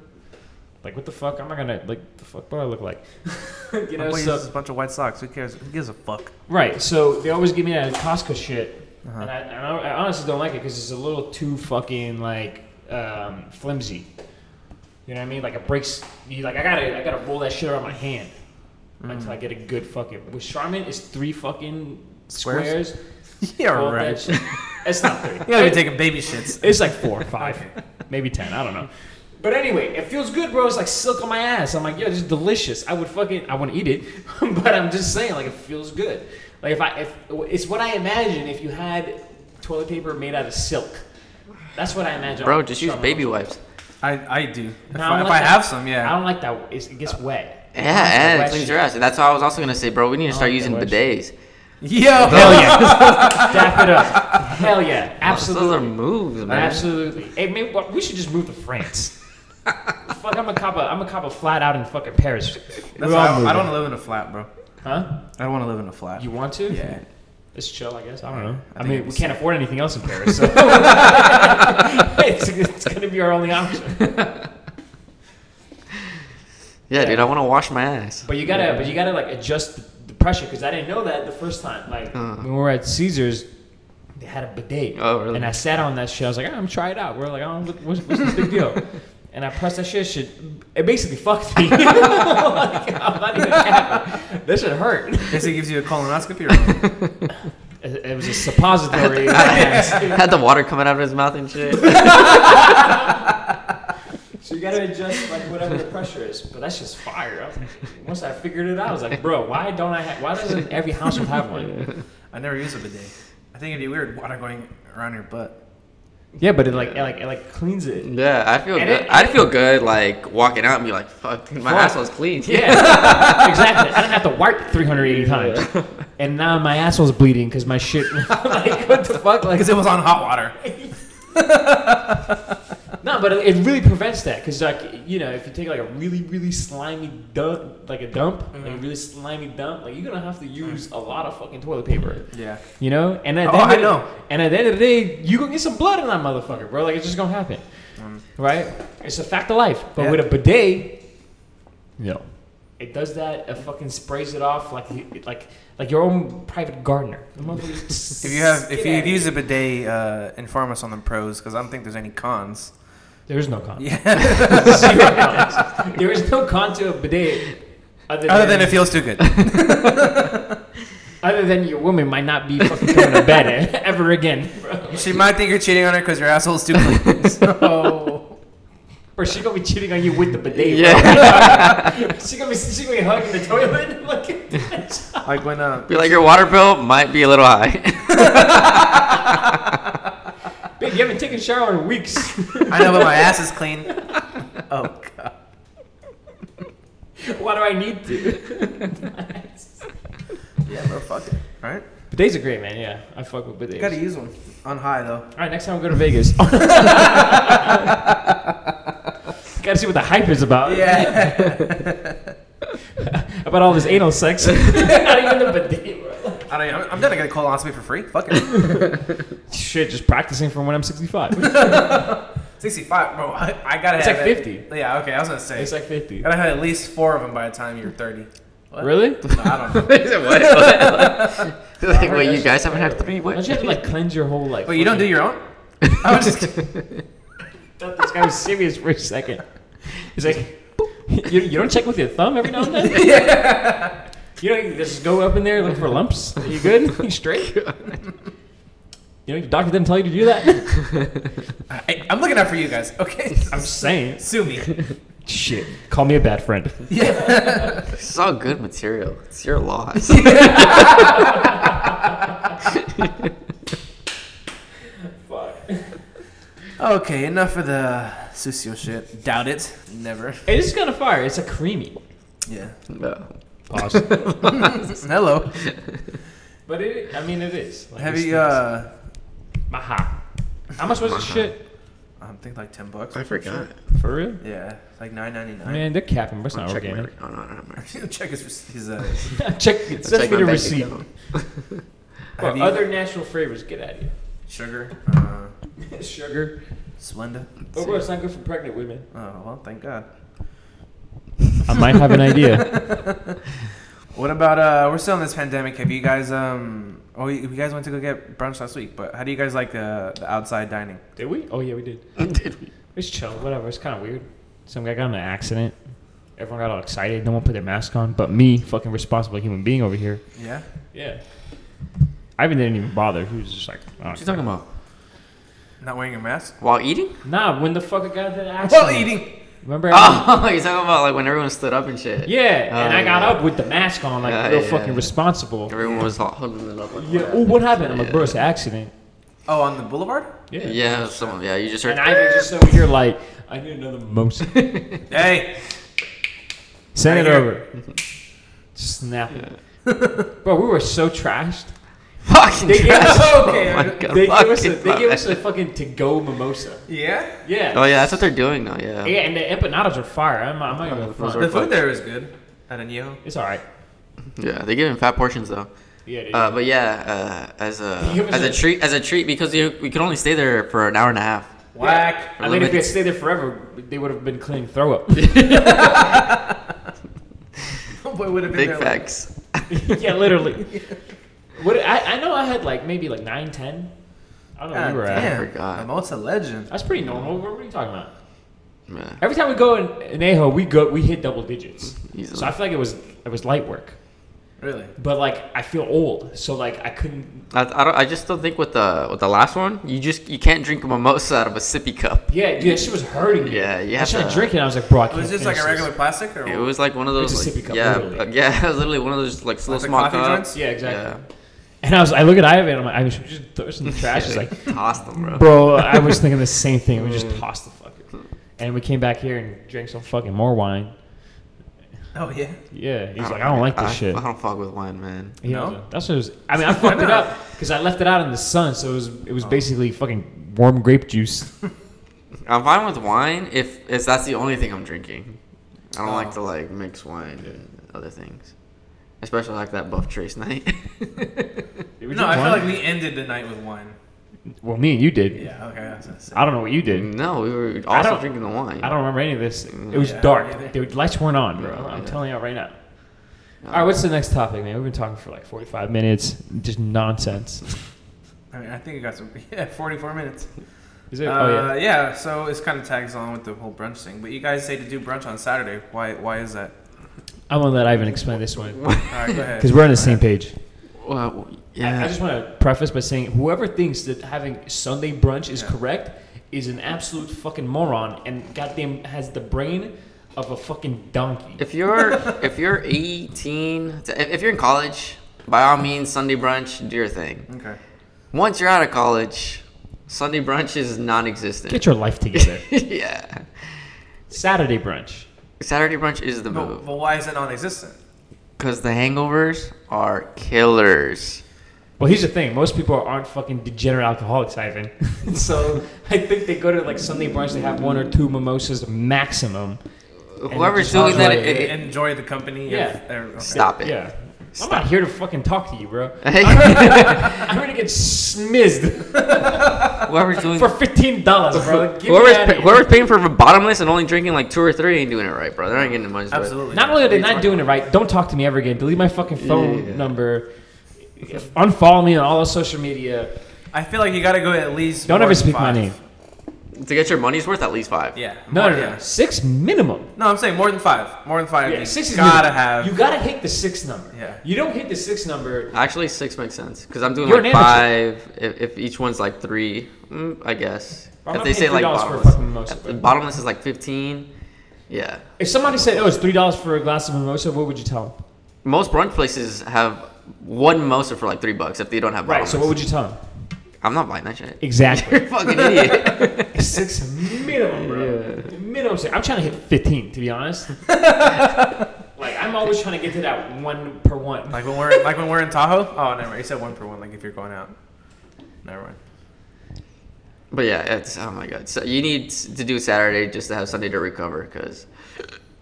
Like what the fuck? I'm not gonna like the fuck do I look like? you
My
know,
boy uses
so
a bunch of White Sox. Who cares? Who gives a fuck?
right. So they always give me that Costco shit,
Uh-huh.
and, I, and I, I honestly don't like it because it's a little too fucking like um, flimsy. You know what I mean? Like it breaks. You like I gotta I gotta roll that shit around my hand until I
Mm.
get a good fucking. With Charmin is three fucking
Squares?
squares.
Yeah,
fold that
right.
shit. It's not three.
You gotta be taking baby shits.
It's like four or five, maybe ten. I don't know. But anyway, it feels good, bro. It's like silk on my ass. I'm like, yo, this is delicious. I would fucking, I want to eat it, but I'm just saying, like, it feels good. Like if I, if it's what I imagine if you had toilet paper made out of silk. That's what I imagine.
Bro, just use
Charmin
baby
was.
wipes.
I, I do. If,
No,
I,
don't
if
like
I
that.
have some,
I
yeah.
don't like that. It's, it gets wet.
Yeah,
like
and
wet
it cleans
shit.
your ass. And that's what I was also gonna say, bro. We need to start
like
using
that wet
bidets.
Yeah.
Hell yeah. Dap it up. Hell yeah.
Those are
Absolutely.
moves, man.
Absolutely. Hey, maybe, well, we should just move to France. Fuck, I'm a cop. A, I'm a cop a flat out in fucking Paris.
That's
We're
why
all
I, don't- I
moving.
don't live in a flat, bro.
Huh?
I don't want to live in a flat.
You want to?
yeah.
It's chill, I guess. I don't know.
I
I,
think
mean, we
it's-
can't afford anything else in Paris, so it's, it's gonna be our only option.
Yeah, dude, I want to wash my ass.
But you gotta, but you gotta like adjust the, the pressure because I didn't know that the first time. Like
Uh-huh.
when we were at Caesars, they had a bidet.
Oh, really?
And I sat on that shit. I was like, "Ah, I'm gonna try it out. We're like, oh, what- what's, what's the big deal? And I pressed that shit. Shit, it basically fucked me. like, I'm not even capping. This shit hurt.
Basically gives you a colonoscopy. Or
It, it was a suppository.
Had the water coming out of his mouth and shit.
So you gotta adjust like whatever the pressure is, but that's just fire. I was like, Once I figured it out, I was like, bro, why don't I? Ha- why doesn't every household have one?
I never use a bidet. I think it'd be weird water going around your butt.
Yeah, but it like it like it like cleans it.
Yeah, I feel
And
good.
it-
I'd feel good like walking out and be like, "Fuck, dude, my
Fuck.
asshole's clean."
Yeah, exactly. I didn't have to wipe 380 times, and now my asshole's bleeding because my shit. like what the fuck? Like
Because it was on hot water.
no, but it, it really prevents that because like you know if you take like a really really slimy dump like a dump like a really slimy dump like you're gonna have to use a lot of fucking toilet paper.
Yeah.
You know, and at
Oh,
the end
I
of the-
know.
and at the end of the day, you gonna get some blood in that motherfucker, bro. Like it's just gonna happen, right? It's a fact of life. But
Mm. Yeah.
with a bidet, no, it does that. It fucking sprays it off like you- it- like like your own private gardener. The motherfucker just
If you have,
get
if
at
you've
it.
used a bidet, uh, inform us on the pros because I don't think there's any cons.
there's no con.
Yeah.
Zero cons. There is no con to a bidet. Other,
Other than it feels too good.
other than your woman might not be fucking coming to bed ever again, bro.
She might think you're cheating on her because your asshole's too clean. So
Or Oh. she gonna be cheating on you with the bidet. bro.
yeah.
she gonna be she gonna be hugging the toilet. Look at that.
like when uh,
be like, your water bill might be a little high.
Babe, you haven't taken a shower in weeks.
I know, but my ass is clean. Oh god.
Why do I need to?
Yeah, bro, fuck it. All right.
Bidets are great, man. Yeah, I fuck with bidets.
Gotta use one on high though.
All right, next time we go to Vegas. Gotta see what the hype is about.
Yeah.
About all this anal sex. Not even the bidet, bro.
I mean, I'm, I'm gonna get a colonoscopy for free. Fuck it.
Shit, just practicing for when I'm 65.
65, bro. I, I gotta
It's
have
like
it.
50.
Yeah. Okay. I was gonna say.
It's like 50.
gotta have at least four of them by the time you're 30. What?
Really?
No, I don't know.
what? what? like, wait, you guys haven't had three?
Don't
What?
you have to like cleanse your whole life?
But you don't do your own? I was just kidding.
thought this guy was serious for a second. He's like, you, you don't check with your thumb every now and then? You don't just go up in there looking for lumps? Are you good? you straight? You know, your doctor didn't tell you to do that?
I, I'm looking out for you guys. Okay.
I'm just saying.
Sue me.
Shit. Call me a bad friend.
It's all good material. It's your loss.
Fuck.
Okay, enough of the Susio shit. Doubt it. Never.
It is kind of fire. It's a creamy.
Yeah.
no.
Pause.
Hello.
but it, I mean, it is. Like,
Have
it's
you,
nice.
uh,
Maha. How much was this shit?
I um, think like 10 bucks.
I forgot.
For real?
Yeah, it's like 9.99.
Man, they're capping, but it's not
Check my.
organic.
Oh no, no, no.
Check his rec- his uh,
Check, it
Check
sends
my
me the
bank
receipt.
account.
Have
Well,
you-
other natural flavors, get out of here.
sugar. Uh,
Sugar.
Splenda.
Oh, bro, it's not good for pregnant women.
Oh well, thank God.
I might have an idea.
What about uh? We're still in this pandemic. Have you guys um? Oh, you you guys went to go get brunch last week, but how do you guys like uh, the outside dining?
Did we? Oh yeah, we did.
Did we?
It's chill, whatever. It's kind of weird. Some guy got in an accident. Everyone got all excited. No one put their mask on, but me, fucking responsible human being over here.
Yeah.
Yeah. Ivan didn't even bother. He was just like, "Oh." I
What you
don't
talking about?
Not wearing a mask.
While eating?
nah. When the fucker got into the accident,
While eating.
remember?
Oh, you're talking about like when everyone stood up and shit.
Yeah, and
Oh,
I got
yeah.
up with the mask on, like
Yeah,
real
yeah.
fucking responsible.
Everyone was all hugging it up. Like,
Yeah. Oh, what happened? I'm like, bro, it's an accident.
Oh, on the boulevard.
Yeah.
Yeah, someone. Yeah, you just heard.
And Ivan just over here like, I need another mimosa.
Hey.
Send
Right
it
here.
over. Snap it. Bro, we were so trashed.
fucking.
They gave us,
trash.
okay,
Oh my God,
they gave us, a,
fucking
they gave us a
trash.
fucking to go mimosa.
Yeah.
Yeah.
Oh yeah, that's what they're doing now. Yeah.
Yeah, and the empanadas are fire. I'm, not- I'm not
Oh,
gonna
those
front.
are-
The food there is good. At Añejo.
It's all right.
Yeah, they give him fat portions though.
Yeah, dude.
Uh, but yeah, uh, as a
He was
as a,
a-
treat, as a treat, because you, we could only stay there for an hour and a half.
Whack.
I mean, if
Limit-
they stayed there forever, they would have been clean throw up.
Boy would have been
Big
there like-
facts.
yeah, literally. What I, I know, I had like maybe like nine, ten. I don't
God
know where you were at.
damn.
forgot.
Mimosa legend.
That's pretty normal. What were you talking about?
Yeah.
Every time we go in, in Aho, we go we hit double digits.
Easily.
So I feel like it was it was light work,
Really.
but like I feel old, so like I couldn't.
I, I, don't, I just don't think with the with the last one, you just you can't drink a mimosa out of a sippy cup.
Yeah, dude, that shit was hurting me.
Yeah, you
I
have
started
to-
drinking. I was like, bro, I
It
can't
was just
finish
like a regular
this.
plastic, or
It was like one of those.
It's a
like-
sippy cup,
yeah,
literally.
uh, yeah, it was literally one of those like slow
Like the
small
coffee
cups.
joints?
Yeah, exactly.
Yeah.
And I was I look at Ivan. I'm like, Ivan, should we just throw some trash? He's like,
tossed them, bro.
bro, I was thinking the same thing. We
Mm.
just tossed the fucker. And we came back here and drank some fucking more wine.
Oh yeah.
Yeah, he's like, I don't like this
I,
shit.
I don't fuck with wine, man.
You
No?
know, that's what it was. I mean, I fucked it up because I left it out in the sun, so it was it
Oh.
was basically fucking warm grape juice.
I'm fine with wine if if that's the only thing I'm drinking. I don't like
Oh.
to like mix wine and other things, especially like that Buff Trace night.
No, I feel like we ended the night with wine.
well, me and you did.
Yeah. Okay. That's that's-
I don't know what you did.
no, we were
I
also
don't-
drinking the wine.
I don't remember any of this. It was
Yeah,
dark.
yeah,
The lights weren't on, bro.
Yeah,
I'm
yeah.
telling you right now.
No.
All right, what's the next topic, man? We've been talking for like 45 minutes, just nonsense.
I mean, I think I got some. Yeah, 44 minutes.
Is it?
Uh,
oh
yeah.
yeah.
so it's kind of tags along with the whole brunch thing. But you guys say to do brunch on Saturday. Why? Why is that?
I'm gonna let Ivan explain this one
All right, go ahead.
because we're on the same page.
Well, yeah.
I, I just want to preface by saying whoever thinks that having Sunday brunch is correct is an absolute fucking moron and goddamn has the brain of a fucking donkey.
if you're if you're 18, to- if if you're in college, by all means, Sunday brunch, do your thing.
okay.
Once you're out of college, Sunday brunch is non-existent.
Get your life together.
yeah.
Saturday brunch.
Saturday brunch is the
But,
move
but why is it non-existent?
because the hangovers are killers.
Well, here's the thing: most people aren't fucking degenerate alcoholics, Ivan. so I think they go to like Sunday brunch. They have one or two mimosas maximum.
Whoever's
just
doing that,
enjoy it.
it- it-
Enjoy the company.
Yeah.
Of, or- okay.
stop it.
Yeah. I'm not here to fucking talk to you, bro. I'm here to get smizzed
whoever's doing
for fifteen dollars, bro. Get me
whoever's,
outta
pay,
here.
whoever's paying for bottomless and only drinking like two or three ain't doing it right, bro. They're not getting the money's worth.
Absolutely.
Not only are they not
Retard.
doing it right, don't talk to me ever again. Delete my fucking phone
Yeah.
number. Unfollow me on all of social media.
I feel like you got to go at least.
Don't
more
ever
than
speak my
five.
name.
To get your money's worth, at least five.
Yeah.
No,
more-
no, no,
yeah.
no. Six minimum.
No, I'm saying more than five. More than five.
Yeah,
you
six is
gotta
minimum.
have.
You gotta hit the six number.
Yeah.
You don't hit the six number.
Actually, six makes sense because I'm doing
You're
like
an
five. If, if each one's like three, mm, I guess.
I'm
if
not
they say
paying
like
$3 for a
bottomless,
fucking mimosa,
if
bro.
bottomless is like fifteen. Yeah,
If somebody said, "Oh, it's three dollars for a glass of mimosa," what would you tell them?
most brunch places have one mimosa for like three bucks if they don't have
Right.
bottomless.
So what would you tell them?
I'm not buying that shit.
Exactly.
You're a fucking idiot.
six minimum, bro. Minimum six. I'm trying to hit fifteen, to be honest. like I'm always trying to get to that one per one.
Like when we're like when we're in Tahoe. Oh, never. mind. You said one for one. Like if you're going out. Never mind.
but yeah, it's oh my god. So you need s- to do Saturday just to have Sunday to recover because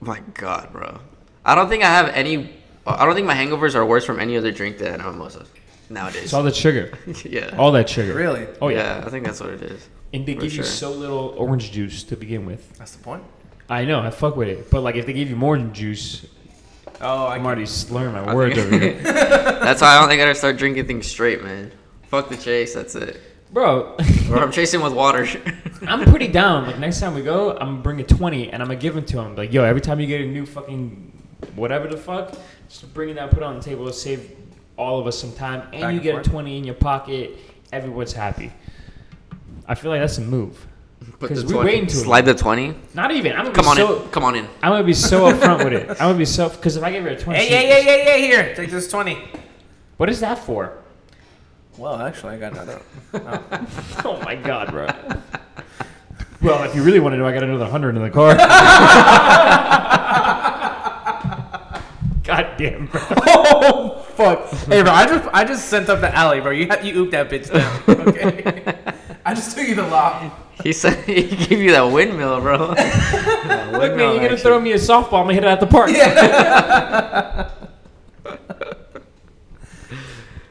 my god, bro. I don't think I have any. I don't think my hangovers are worse from any other drink than a mimosa nowadays.
It's all that sugar.
yeah.
All that sugar.
Really?
Oh yeah.
yeah, I think that's what it is.
And they
For
give you
sure.
so little orange juice to begin with.
That's the point.
I know, I fuck with it. But like, if they give you more than juice,
Oh, I
I'm
can't-
already slurring my words over here.
That's why I don't think I gotta start drinking things straight, man. Fuck the chase. That's it.
Bro,
Or I'm chasing with water.
I'm pretty down. Like next time we go, I'm gonna bring a twenty and I'm gonna give them to him. Like yo, every time you get a new fucking whatever the fuck, just bring it out, put it on the table, save all of us some time,
Back
and you
and
get
forth.
a twenty in your pocket. Everyone's happy. I feel like that's a move.
Put
'Cause
the
we
20
waiting to it.
slide the twenty.
Not even. I'm gonna
Come
be
on
so.
in. Come on in.
I'm gonna be so upfront with it. I'm gonna be so because if I give her a twenty,
Hey,
she-
hey, hey, hey, hey! Here, take this twenty.
what is that for?
Well, actually, I got another.
Oh my god, bro. Well, if you really want to know, I got another hundred in the car. god damn, bro.
oh fuck! Hey, bro, I just I just sent up the alley, bro. You ha- you ooped that bitch down. Okay. I just took you the lob.
He said he gave you that windmill, bro.
Look, man, you're gonna throw me a softball. I'm gonna hit it at the park.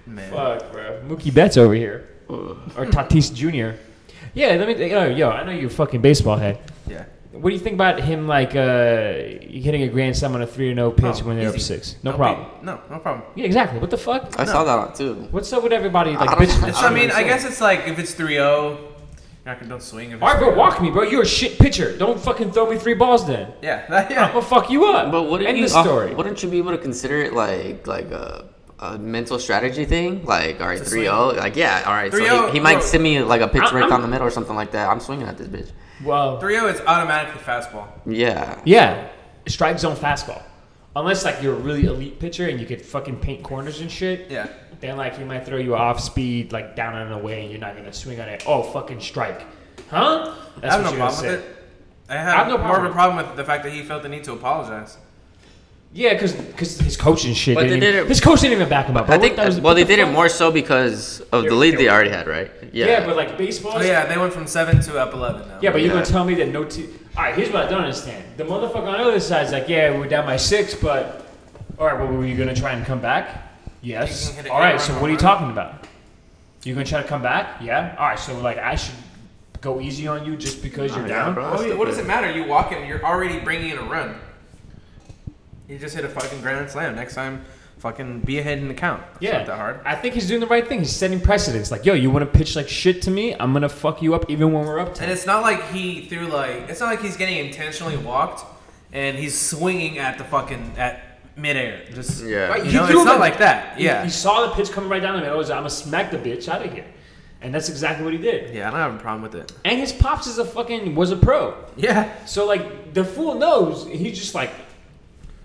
Man.
Fuck, bro. Mookie Betts over here,
Ugh.
or Tatis Jr. Yeah, let me. Oh, yo, I know you're a fucking baseball head.
Yeah.
What do you think about him like uh, hitting a grand slam on a three and zero pitch
Oh,
when they're up
easy.
six? No
I'll
problem.
be- No, no problem.
Yeah, exactly. What the fuck?
I saw that on too.
What's up with everybody like
I don't-
bitching?
It's-
So, I mean, I
understand.
guess it's like if it's oh, 3 0, don't swing. If it's oh.
All right, bro,
3-0.
walk me, bro. You're a shit pitcher. Don't fucking throw me three balls then.
Yeah, that-
I'm
yeah.
gonna fuck you up.
But wouldn't
End
you?
the story.
uh, wouldn't you be able to consider it like like a, a mental strategy thing? Like all right,
To
three zero. Like yeah, all right. So
3-0,
he, he might
bro.
send me like a pitch
oh, I-
right
I'm-
down the middle or something like that. I'm swinging at this bitch.
well,
3 0 is automatically fastball.
Yeah.
Yeah, strike zone fastball. Unless like you're a really elite pitcher and you could fucking paint corners and shit.
Yeah.
Then like he might throw you off speed, like down and away, and you're not gonna swing on it. Oh, fucking strike, huh? That's
I have no
gonna
problem with
say.
it. I have,
I have no
more of
problem.
a problem with the fact that he felt the need to apologize.
Yeah, because his coach and shit.
But
didn't
they
even-
did it-
his coach didn't even back him up.
I
bro.
think.
That was-
well, they
what the
did it
fuck?
more so because of the
They're-
lead they
they're-
already had, right?
Yeah, but like baseball.
Oh, yeah, they went from 7 to up 11 now.
Yeah, but you're
Yeah.
gonna tell me that no team. All right, here's what I don't understand. The motherfucker on the other side's like, yeah, we're down by six, but all right, well, were you gonna try and come back?
You
Yes.
can hit a
All right,
home
so
run.
what are you talking about? You gonna try to come back? Yeah. All right, so like I should go easy on you just because you're
yeah,
down.
bro.
Oh, yeah, what does it matter? You walk in, you're already bringing in a run. You just hit a fucking grand slam. Next time, fucking be ahead in the count. It's
Yeah,
Not that hard.
I think he's doing the right thing. He's setting precedents. Like, yo, you want to pitch like shit to me? I'm gonna fuck you up even when we're up
And
to.
it's not like he threw like it's not like he's getting intentionally walked and he's swinging at the fucking at midair. Just
Yeah.
Right,
He
you know,
threw
it's not
him-
like that.
He,
Yeah.
he saw the pitch coming right down the middle. He was like, I'm gonna smack the bitch out of here, and that's exactly what he did.
yeah, I don't have a problem with it.
And his pops is a fucking was a pro.
Yeah.
So like the fool knows. He's just like,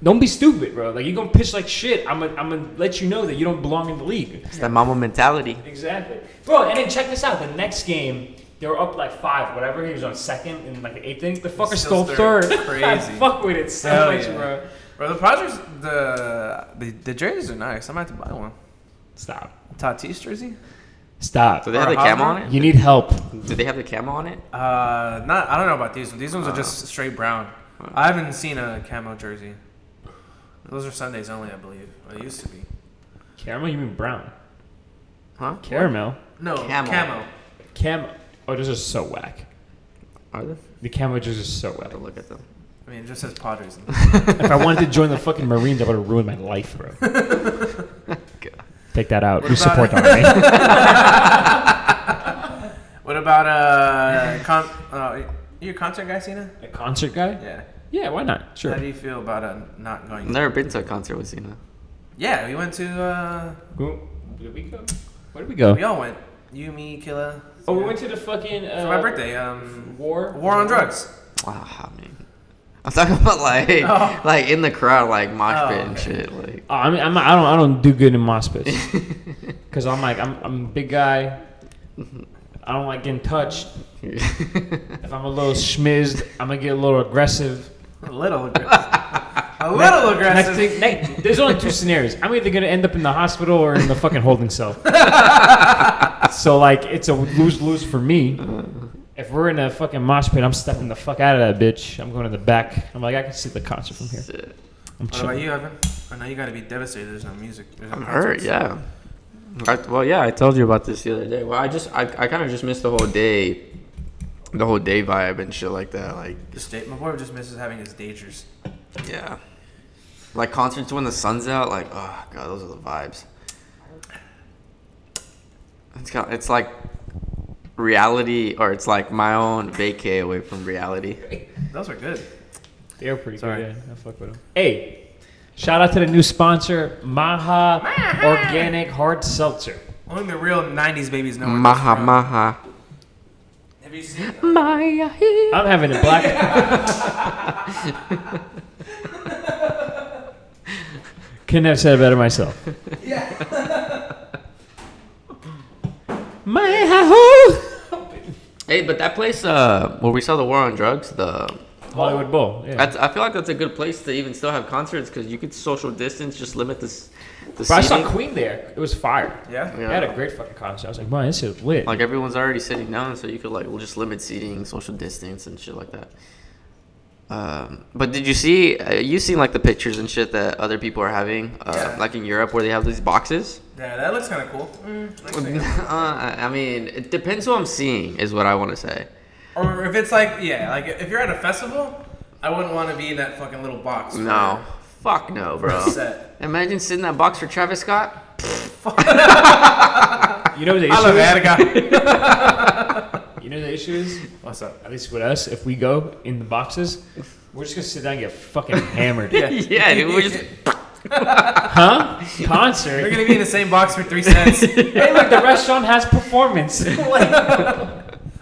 don't be stupid, bro. Like you're gonna pitch like shit. I'm gonna I'm gonna let you know that you don't belong in the league.
It's that mama mentality.
Exactly, bro. And then check this out. The next game. They were up like five, whatever. He was on second in like the eighth inning. The fucker
Still
stole third.
third. Crazy.
Fuck with it so
Hell
much,
yeah.
bro.
Bro, the Padres, the the, the jerseys are nice. I might have to buy one.
Stop.
Tatis jersey?
Stop.
Do they have the camo on it?
You need help.
Do they have the camo on it?
Uh, not. I don't know about these. ones. These ones are just straight brown. I haven't seen a camo jersey. Those are Sundays only, I believe. Or they used to be.
Caramel? You mean brown?
Huh?
Caramel.
No,
Camo.
camo.
Cam. Oh, those are so whack.
Are they?
The camo just is so whack.
Gotta look at them.
I mean, it just says Padres.
If I wanted to join the fucking Marines, I would have ruined my life, bro.
God.
Take that out.
What
you
about-
support the army.
what about uh, con- uh, you a concert guy, Cena?
A concert guy?
Yeah.
Yeah, why not?
How
Sure.
do you feel about uh, not going?
Never been to a concert with Cena.
Yeah, we went to. Uh,
Go- Did we go? Where did we go?
we all went. You, me, Killa.
Oh, we went to the fucking. Uh,
for my birthday. Um,
War.
War on Drugs.
Wow, I mean, I'm talking about like
Oh.
like in the crowd, like mosh
Oh,
pit and
okay.
shit. Like
Oh, I mean, I'm, I don't. I don't do good in mosh pits. Cause I'm like, I'm, I'm a big guy. I don't like getting touched. If I'm a little schmizzed, I'm gonna get a little aggressive.
A little aggressive. a little aggressive.
Next thing, next, there's only two scenarios. I'm either gonna end up in the hospital or in the fucking holding cell. so like, it's a lose lose for me. If we're in a fucking mosh pit, I'm stepping the fuck out of that bitch. I'm going to the back. I'm like, I can see the concert from here.
shit.
I'm
What about
chilling.
you, Evan? I know you gotta be devastated. There's no music. There's no
I'm hurt.
concerts.
Yeah. I, well, yeah, I told you about this the other day. Well, I just I, I kind of just missed the whole day the whole day vibe and shit like that. Like,
Just day, my boy just misses having his dangers.
yeah, like concerts when the sun's out. Like, oh god, those are the vibes. It's got, it's like reality, or it's like my own vacay away from reality.
Those are good.
They are pretty
Sorry.
good. Yeah, I fuck with them. Hey, shout out to the new sponsor, Maha, Organic Hard Seltzer.
Only the real '90s babies know. where those
Maha
from.
maha.
Have you seen?
I'm having a black. Couldn't have said it better myself. My
Hey, but that place uh, where we saw the war on drugs, the
Hollywood Bowl. Yeah.
that's, I feel like that's a good place to even still have concerts because you could social distance, just limit this. The
Bro, I
seating.
saw Queen there. It was fire.
Yeah.
Yeah.
I had a great fucking concert. I was like, man, this is lit.
Like everyone's already sitting down, so you could like we'll just limit seating, social distance, and shit like that. Um, but did you see? Uh, you seen like the pictures and shit that other people are having, uh,
Yeah.
like in Europe where they have these boxes.
Yeah, that looks kind of cool. Mm, looks
uh,
like it.
I I mean, it depends who I'm seeing, is what I want to say.
or if it's like, yeah, like if you're at a festival, I wouldn't want to be in that fucking little box. for
No, fuck no, bro.
a Set.
Imagine sitting in that box for Travis Scott.
You know what the
I love
issue is?
Attica.
You know the issue is?
What's up?
At least with us, if we go in the boxes, we're just gonna sit down and get fucking hammered.
yeah, dude, we're just
Huh?
We're
Concert.
gonna be in the same box for three cents.
hey, look, the restaurant has performance.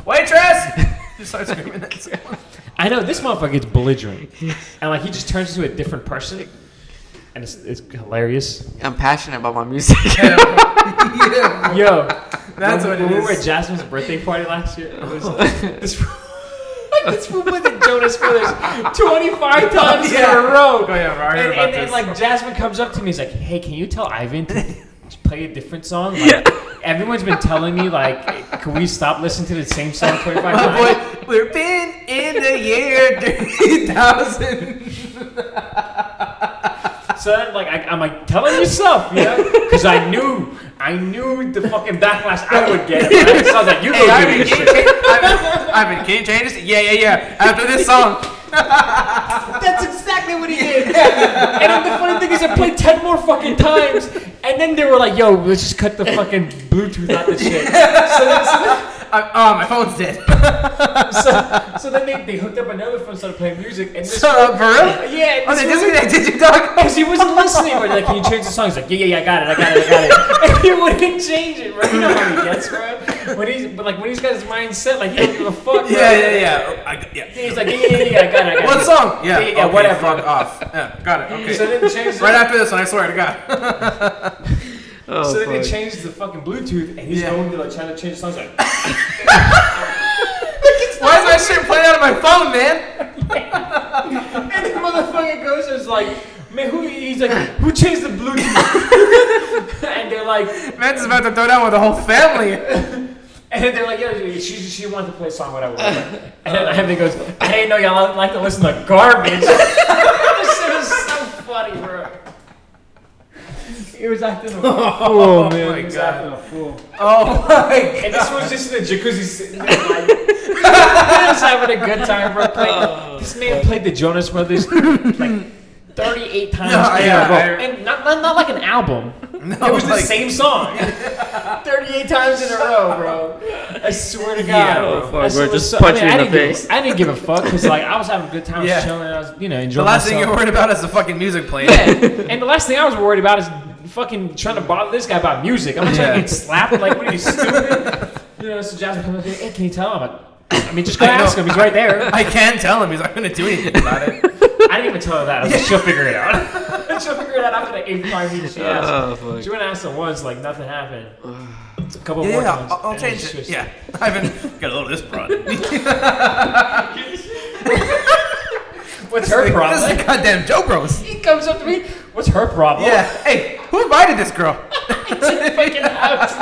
Waitress! Just start screaming at someone.
I know this motherfucker gets belligerent, and like he just turns into a different person, and it's, it's hilarious.
I'm passionate about my music.
yeah.
Yo,
That's
when,
what it
when we were at
is.
Jasmine's birthday party last year. It was this fool- like this fool played the Jonas Brothers twenty five times in a
Yeah.
row.
Oh, yeah, I heard
and,
about
and, and
this.
like Jasmine comes up to me, he's like, "Hey, can you tell Ivan to play a different song?" Like, Everyone's been telling me like, "Can we stop listening to the same song twenty five times?"
Boy, we're been in the year 3000.
So then, like, I, I'm like, telling yourself, you know? Because I knew, I knew the fucking backlash I would get. Right? So I was like, you go
Hey,
do
Ivan,
this
can you
shit.
change, Ivan, Ivan, can you change this? Yeah, yeah, yeah. After this song.
That's exactly what he did. and then the funny thing is, I played 10 more fucking times. And then they were like, yo, let's just cut the fucking Bluetooth out the shit.
I, oh, my phone's dead.
So, so then they, they hooked up another phone, started playing music. And this
So, uh, for real?
yeah, and
Oh,
this
they
was-
Disney that did you, dog?
Because he wasn't listening. We're like, can you change the song? He's like, yeah, yeah, yeah, I got it, I got it, I got it. And he wouldn't change it, right? You know how he gets, bro. When he's, but like when he's got his mind set, like he don't give a fuck. bro.
Yeah, yeah, yeah. I, got- yeah.
He's like, yeah, yeah, yeah, yeah, I got it, I got
What
it.
song? Yeah,
Yeah, yeah,
okay,
whatever.
Fuck off. Yeah, got it. Okay.
So then they changed. The,
right after this one, I swear to God.
oh,
so then they
fuck.
changed the fucking Bluetooth, and he's
Yeah.
going to like trying to change the songs. Like,
Why is my shit playing out of my phone, man?
and the motherfucker goes and is like, man, who? He's like, who changed the Bluetooth? and they're like,
Matt's about to throw down with the whole family.
and then they're like, yo, she, she, she wanted to play a song, whatever. whatever. and then Anthony goes, I didn't know y'all like to listen to garbage. this shit was so funny, bro. It was acting a fool,
Oh,
man.
my
It was
God.
acting a fool.
Oh my
And this was just in the jacuzzi sitting there like just having a good time bro. Playing, this man played the Jonas Brothers like 38 times
No,
in a
yeah,
row.
I-
and not, not, not like an album.
No,
It was the
like-
same song 38 times in a row, bro. I swear to God.
Yeah,
bro.
oh, fuck,
I
we're
still-
just
so-
punching in
I
the
didn't give a-
face.
I didn't give a fuck because like I was having a good time, I was
Yeah.
chilling, I was you know
The
enjoying
last thing
myself.
you're worried about is the fucking music playing.
And the last thing I was worried about is fucking trying to bother this guy about music. I'm not trying to
Yeah.
get slapped. Like, what are you stupid? you know, so Jasmine comes up to me, hey, can you tell him? I'm like, I mean, just go
I know.
ask him. He's right there.
I can tell him he's not gonna do anything about it.
I didn't even tell her that. I was like, she'll figure it out. she'll figure it out after the eighth time she asked.
Oh, fuck.
She went and asked him once, like nothing happened. It's a couple more
Yeah,
times.
I'll, I'll
and then
change
she
it.
was-
Yeah, I haven't got a little of this problem.
What's her
This is
problem?
the goddamn Joe Bros.
He comes up to me. What's her problem?
Yeah. Hey, who invited this girl?
It's in the fucking house.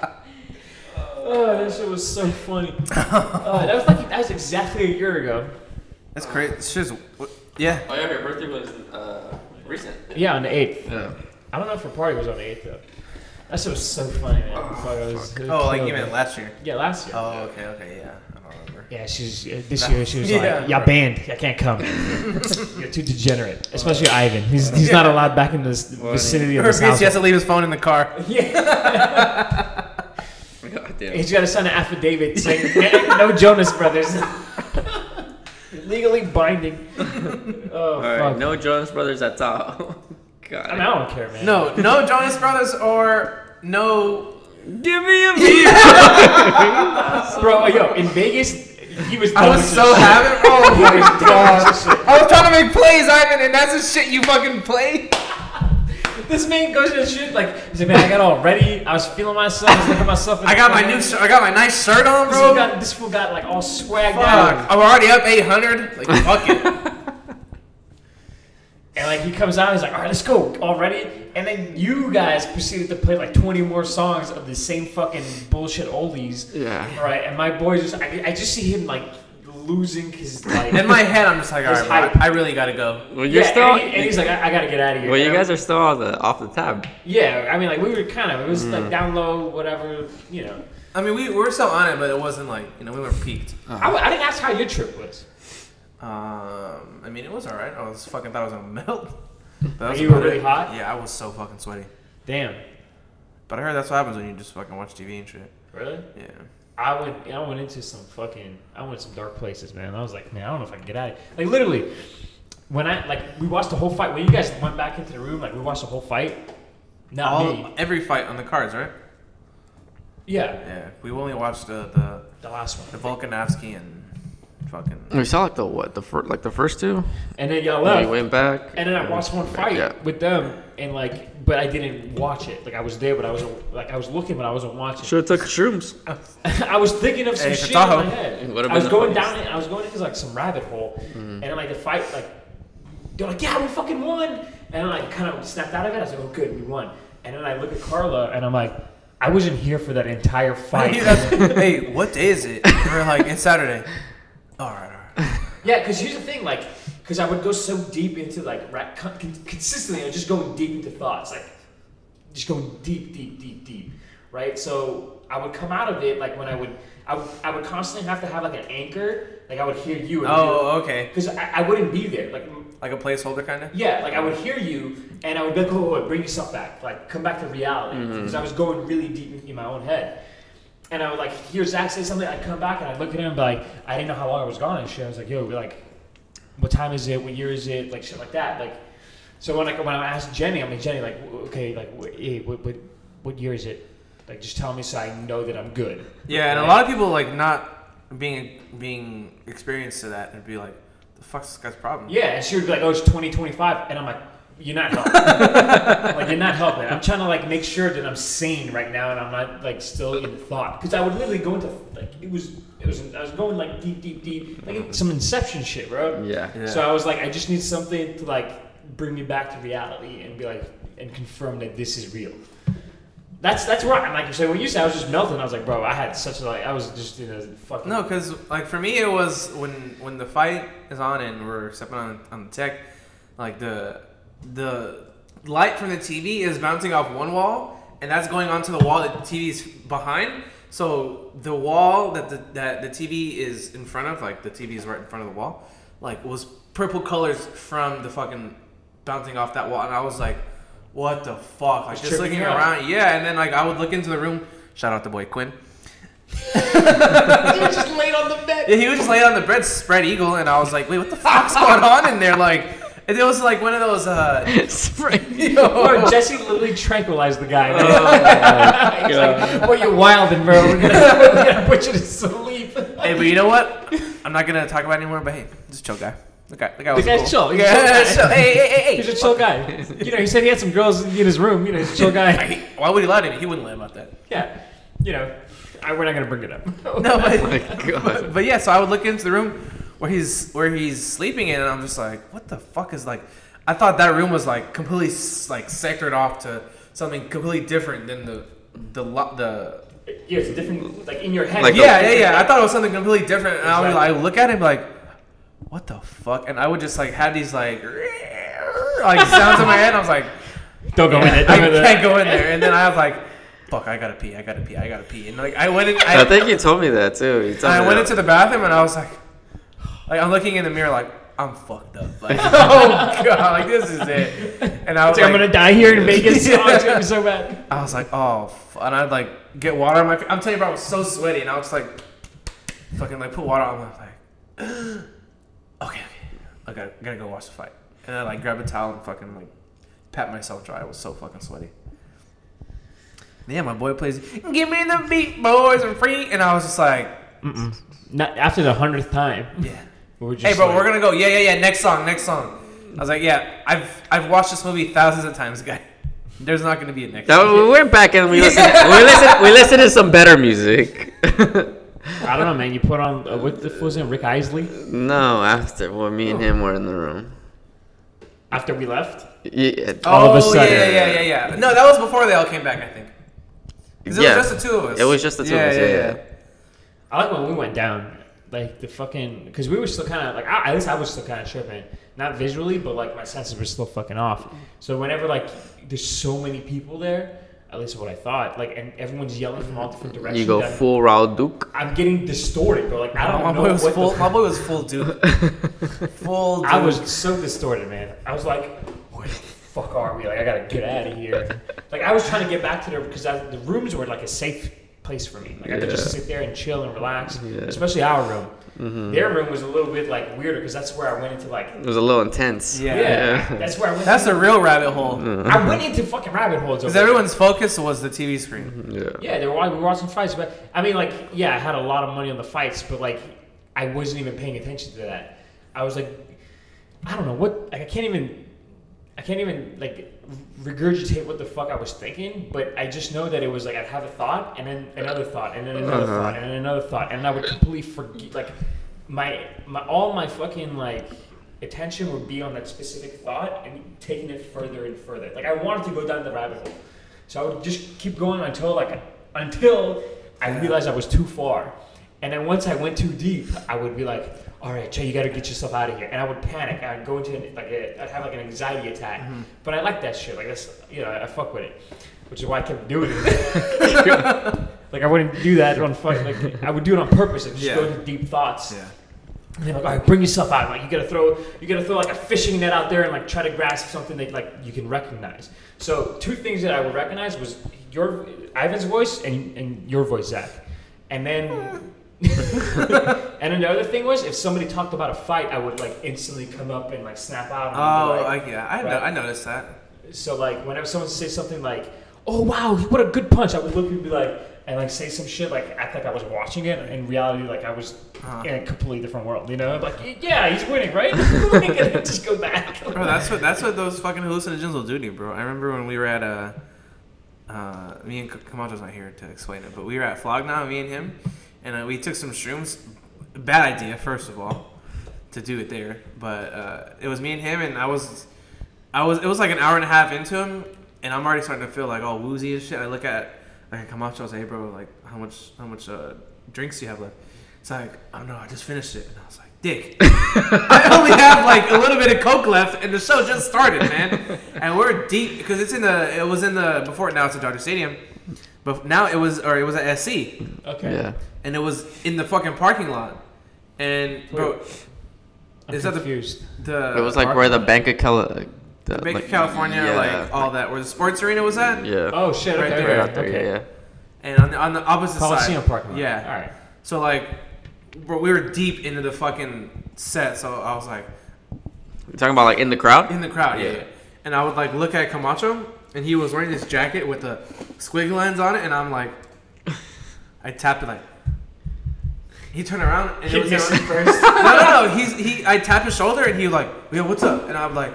Oh, that shit was so funny. Oh, that was like that was exactly a year ago.
That's crazy. She's. Yeah.
Oh yeah, her birthday was uh, recent.
Yeah, on the eighth.
Yeah.
I don't know if her party was on the eighth though. That shit was so funny, man. Fuck, I was- it
Oh, like
killed
you meant
me.
last year.
Yeah, last year.
Oh, okay, okay, yeah. I don't remember.
Yeah, she was uh, this year. She was
Yeah.
like, "Y'all banned. I can't come. You're too degenerate." Especially Ivan. He's, he's not allowed back in this vicinity of
Or
this house.
he has to leave his phone in the car.
God damn.
He's got to sign an affidavit saying "Eh, no Jonas Brothers. Legally binding. Oh
All
fuck!
right, no Jonas Brothers at all. God.
I, mean, I don't care, man.
No, no Jonas Brothers or no.
Give me a beer.
Uh, bro. Yo, in Vegas, he was.
I
dumb
was
as
so
shit.
happy. Oh
He
my
was dumb as
god.
shit.
I was trying to make plays, Ivan, and that's the shit you fucking play.
This man goes to the shit like he's like, man, I got all ready. I was feeling myself. I was looking myself. In
I
the
got my
mirror."
new, shirt, I got my nice shirt on,
This fool
bro.
got, this fool got like all swagged out.
Fuck, I'm already up 800. Like fuck it.
And like he comes out, he's like, all right, let's go already. And then you guys proceeded to play like 20 more songs of the same fucking bullshit oldies.
Yeah.
Right. And my boy just, I, I just see him like losing his like.
In my head, I'm just like, all
It's
right, bro,
hype.
I I really gotta go.
Well,
yeah,
you're still.
and, he- and he's like, I, I gotta get out of here.
well, you
And-
guys are still on the off the tab.
Yeah, I mean, like we were kind of it was
Mm.
like down low, whatever, you know.
I mean, we, we were still on it, but it wasn't like you know we weren't peaked.
I
Uh-huh.
w- I, didn't ask how your trip was.
Um, I mean, it was all right. I was fucking thought I was gonna melt. But that was
you were
about
really
it.
hot?
Yeah, I was so fucking sweaty.
Damn,
But I heard that's what happens when you just fucking watch TV and shit.
really?
Yeah.
I went I went into some fucking I went some dark places, man. I was like, man, I don't know if I can get out of here. Like literally, when I like we watched the whole fight. When you guys went back into the room, like we watched the whole fight. Not
All
me.
every fight on the cards, right?
Yeah,
Yeah. We only watched the the,
the last
the
one.
Volkanovski and fucking.
We saw like the what the first like the first two.
And then y'all
We
left.
went back.
And then I watched one fight
Yeah.
with them, and like, but I didn't watch it. Like I was there, but I was like, I was looking, but I wasn't watching.
Should have took shrooms.
I was thinking of some
Hey,
shit
Fataho.
in my head.
It would've
I was
been the
going
funniest.
down. I was going into like some rabbit hole,
Mm.
and I'm like the fight, like they're like, yeah, we fucking won, and I like kind of snapped out of it. I was like, oh, good, we won. And then I look at Carla, and I'm like, I wasn't here for that entire fight.
hey, what day is it? We're like it's Saturday. All right, all right.
yeah, because here's the thing, like, because I would go so deep into like ra- con- con- consistently, I was just going deep into thoughts, like just going deep, deep, deep, deep, right? So I would come out of it like when I would, I would, I would constantly have to have like an anchor, like I would hear you. And you'd-
Oh, okay.
because I, I wouldn't be there. Like, m-
Like a placeholder, kind of.
yeah, like I would hear you, and I would be like, "Oh, wait, bring yourself back. Like, come back to reality." Because I was going really deep in- in my own head, and I would like hear Zach say something. I'd come back and I'd look at him, and be like, "I didn't know how long I was gone and shit." I was like, "Yo, like, what time is it? What year is it? Like, shit like that." Like, so when I when I asked Jenny, I'm like, "Jenny, like, w- okay, like, wh- eh, what what what year is it? Like, just tell me so I know that I'm good."
Yeah, and a
Right?
lot of people like not being being experienced to that and be like, the fuck's this guy's problem?
Yeah, and she would be like, "Oh, it's 2025," and I'm like, "You're not helping. like, you're not helping. I'm trying to like make sure that I'm sane right now, and I'm not like still in thought because I would literally go into like it was it was I was going like deep, deep, deep, like some Inception shit, bro.
Yeah.
Yeah.
So I was like, I just need something to like bring me back to reality and be like and confirm that this is real. That's that's where I'm like so when you said I was just melting, I was like, bro, I had such a like I was just in a fucking
No, because like for me, it was when when the fight is on and we're stepping on on the tech, like the the light from the TV is bouncing off one wall and that's going onto the wall that the TV's behind. So the wall that the that the TV is in front of, like the TV is right in front of the wall, like was purple colors from the fucking bouncing off that wall, and I was like, what the fuck? Like
It's
just
tripping
looking
you out.
around, yeah. And then like I would look into the room. Shout out to boy Quinn.
You were just laid on the bed.
Yeah, he was just laying on the bed, spread eagle, and I was like, "Wait, what the fuck's going on in there?" Like, and it was like one of those. uh
Bro, Jesse literally tranquilized the
Oh,
guy. He's like, well, you're wilding, bro. We're gonna, we're gonna put you to sleep. The
Hey, but you know what? I'm not gonna talk about it anymore. But hey, just chill, guy. The guy, the guy was
guy's
cool.
chill. He's a
Yeah,
chill
chill.
guy.
Hey, hey, hey,
He's
hey.
a chill guy. You know, he said he had some girls in his room. You know, he's a chill guy.
Hey, Why would he lie to me? He wouldn't lie about that.
Yeah. You know, I, we're not gonna bring it up.
No,
Oh my
but,
god.
but but yeah. So I would look into the room where he's where he's sleeping in, and I'm just like, "What the fuck is like?" I thought that room was like completely s- like sectored off to something completely different than the the lo- the
Yeah, it's a different, like in your head.
Like
yeah, yeah, yeah. I thought it was something completely different, and I would
Exactly.
like look at him like, "What the fuck?" And I would just like have these like like sounds in my head. I was like,
Don't go in it.
"I can't go in there." And then I was like, fuck, I gotta pee, I gotta pee, I gotta pee. And like I went in,
I,
I,
think you told me that too. You
and
told me
I went
that.
into the bathroom and I was like, like I'm looking in the mirror like I'm fucked up. Like oh god, like this is it. And I was
It's
like-
like, I'm gonna die here in Vegas.
Yeah.
Oh, it's gonna be so bad.
I was like, oh, f-. and I'd like get water on my. Face. I'm telling you, bro, I was so sweaty, and I was like, fucking like put water on my. Like, okay, okay, I gotta, gotta go watch the fight, and I like grab a towel and fucking like pat myself dry. I was so fucking sweaty. Yeah, my boy plays. Give me the beat, boys, and free, and I was just like,
Not after the hundredth time.
yeah.
we We're just
Hey, bro,
like-
we're gonna go. Yeah, yeah, yeah. Next song, next song. I was like, yeah, I've I've watched this movie thousands of times, guy. There's not gonna be a next.
No, we went back and we listened. we listened. We listened to some better music.
I don't know, man. You put on uh, what the f- was it, Rick Isley?
no, after well, me
Oh.
and him were in the room.
After we left,
Yeah,
Oh,
all of a sudden.
Yeah, yeah, yeah, yeah, yeah. No, that was before they all came back, I think. 'Cause it
Yeah.
was just the two of us.
It was just the two of us, yeah, yeah.
I like when we went down, like the fucking, because we were still kind of like, I, at least I was still kind of tripping, not visually, but like my senses were still fucking off. So whenever like there's so many people there, at least what I thought, like, and everyone's yelling from all different directions.
you go
I'm-
full Raul Duke.
I'm getting distorted, bro. Like I don't
My
know
boy was
what
full.
the.
my
Fuck,
boy was full dude. full. Dude.
I was so distorted, man. I was like, where the fuck are we? Like I gotta get out of here. like I was trying to get back to the because I- the rooms were like a safe place for me. Like I could just
Yeah.
sit there and chill and relax. Especially our room. Their room was a little bit like weirder because that's where I went into like.
It was a little intense.
Yeah.
Yeah, that's where I went.
That's
into,
a real rabbit hole.
Mm.
I went into fucking rabbit holes.
Because
over there.
everyone's focus was the TV screen.
yeah.
Yeah, they were we were watching fights, but I mean, like, yeah, I had a lot of money on the fights, but like, I wasn't even paying attention to that. I was like, I don't know what I can't even, I can't even like regurgitate what the fuck I was thinking, but I just know that it was like I'd have a thought and then another thought and then another
Uh-huh.
thought and then another thought, and I would completely forget like my my all my fucking like attention would be on that specific thought and taking it further and further. Like I wanted to go down the rabbit hole. So I would just keep going until like until I realized I was too far. And then once I went too deep, I would be like, "All right, Che, you got to get yourself out of here." And I would panic. I'd go into an, like a, I'd have like an anxiety attack.
Mm-hmm.
But I like that shit. Like that's you know I fuck with it, which is why I kept doing it. like I wouldn't do that on fuck. Like I would do it on purpose and just
Yeah.
go to deep thoughts.
Yeah.
And they're like, all right, bring yourself out. Like you gotta throw, you gotta throw like a fishing net out there and like try to grasp something that like you can recognize. So two things that I would recognize was your Ivan's voice and and your voice, Zach. And then, and another thing was if somebody talked about a fight, I would like instantly come up and like snap out. And be
Oh,
like,
I, yeah. I, no-
Right.
I noticed that.
so like whenever someone says something like, "Oh wow, what a good punch," I would look and be like, and like say some shit like act like I was watching it. In reality, like I was
Uh-huh.
in a completely different world. You know, like "Y- yeah, he's winning, right? Like, and then just go back.
Bro, that's what that's what those fucking hallucinogens will do to you, bro. I remember when we were at uh Uh, me and Camacho's not here to explain it, but we were at Flogna, me and him, and uh, we took some shrooms. Bad idea, first of all, to do it there. But uh, it was me and him, and I was, I was. It was like an hour and a half into him, and I'm already starting to feel like all woozy and shit. I look at like at Camacho, I was like, "Hey, bro, like how much how much uh, drinks do you have left?" It's like, "I don't know, I just finished it," and I was like, "Dick." I only have like a little bit of coke left, and the show just started, man. And we're deep because it's in the. It was in the before. Now it's at Dodger Stadium, but now it was or it was at SC,
Okay.
Yeah.
and it was in the fucking parking lot. And bro,
I'm
Is that the-
confused.
the
It was like where the Bank of Cali- the,
Bank
like-
of California,
yeah,
like all that, where the sports arena was at,
yeah.
oh shit!
Right
Okay.
there,
right after,
okay.
yeah, yeah.
and on the on the opposite
Coliseum
side,
parking lot.
Yeah,
All right.
So like, bro, we were deep into the fucking set, so I was like.
You're talking about like in the crowd.
In the crowd, yeah.
Yeah.
And I would like look at Camacho, and he was wearing this jacket with the squiggle lens on it, and I'm like, I tapped it like. He turned around and it was
Yes,
him.
first.
no, no, no. He's he. I tapped his shoulder and he was like, "Yo, what's up?" And I'm like,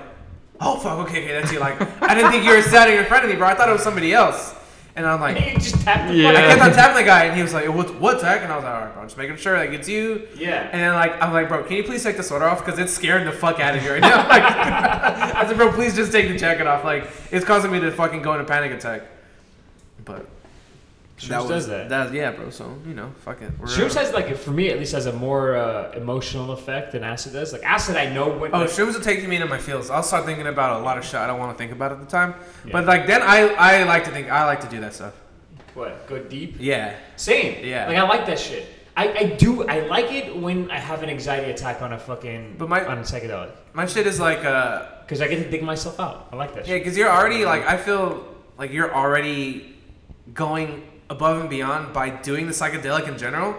"Oh fuck, okay, okay, that's you." Like, I didn't think you were standing in front of me, bro. I thought it was somebody else. And I'm like,
you just tapped the
Yeah.
I
fucking-
kept on tapping the guy, and he was like, "What, what, Zach?" And I was like, "All right, bro, I'm just making sure like it's you."
Yeah.
And then like I'm like, bro, can you please take the sweater off? Because it's scaring the fuck out of me right now. Like, I said, bro, please just take the jacket off. Like it's causing me to fucking go in a panic attack. But
Shrooms does that.
That was, yeah, bro. So you know, fuck it. We're,
Shrooms
uh,
has like for me at least has a more uh, emotional effect than acid does. Like acid, I know when.
Oh,
like,
shrooms will take me into my feels. I'll start thinking about a lot of shit I don't want to think about at the time.
Yeah.
But like then I I like to think I like to do that stuff.
What? Go deep.
Yeah.
Same.
Yeah.
Like I like that shit. I, I do. I like it when I have an anxiety attack on a fucking
But my-
on a psychedelic
My shit is like uh
because I get to dig myself out. I like that.
Yeah,
shit.
because you're already like I feel like you're already going above and beyond by doing the psychedelic in general.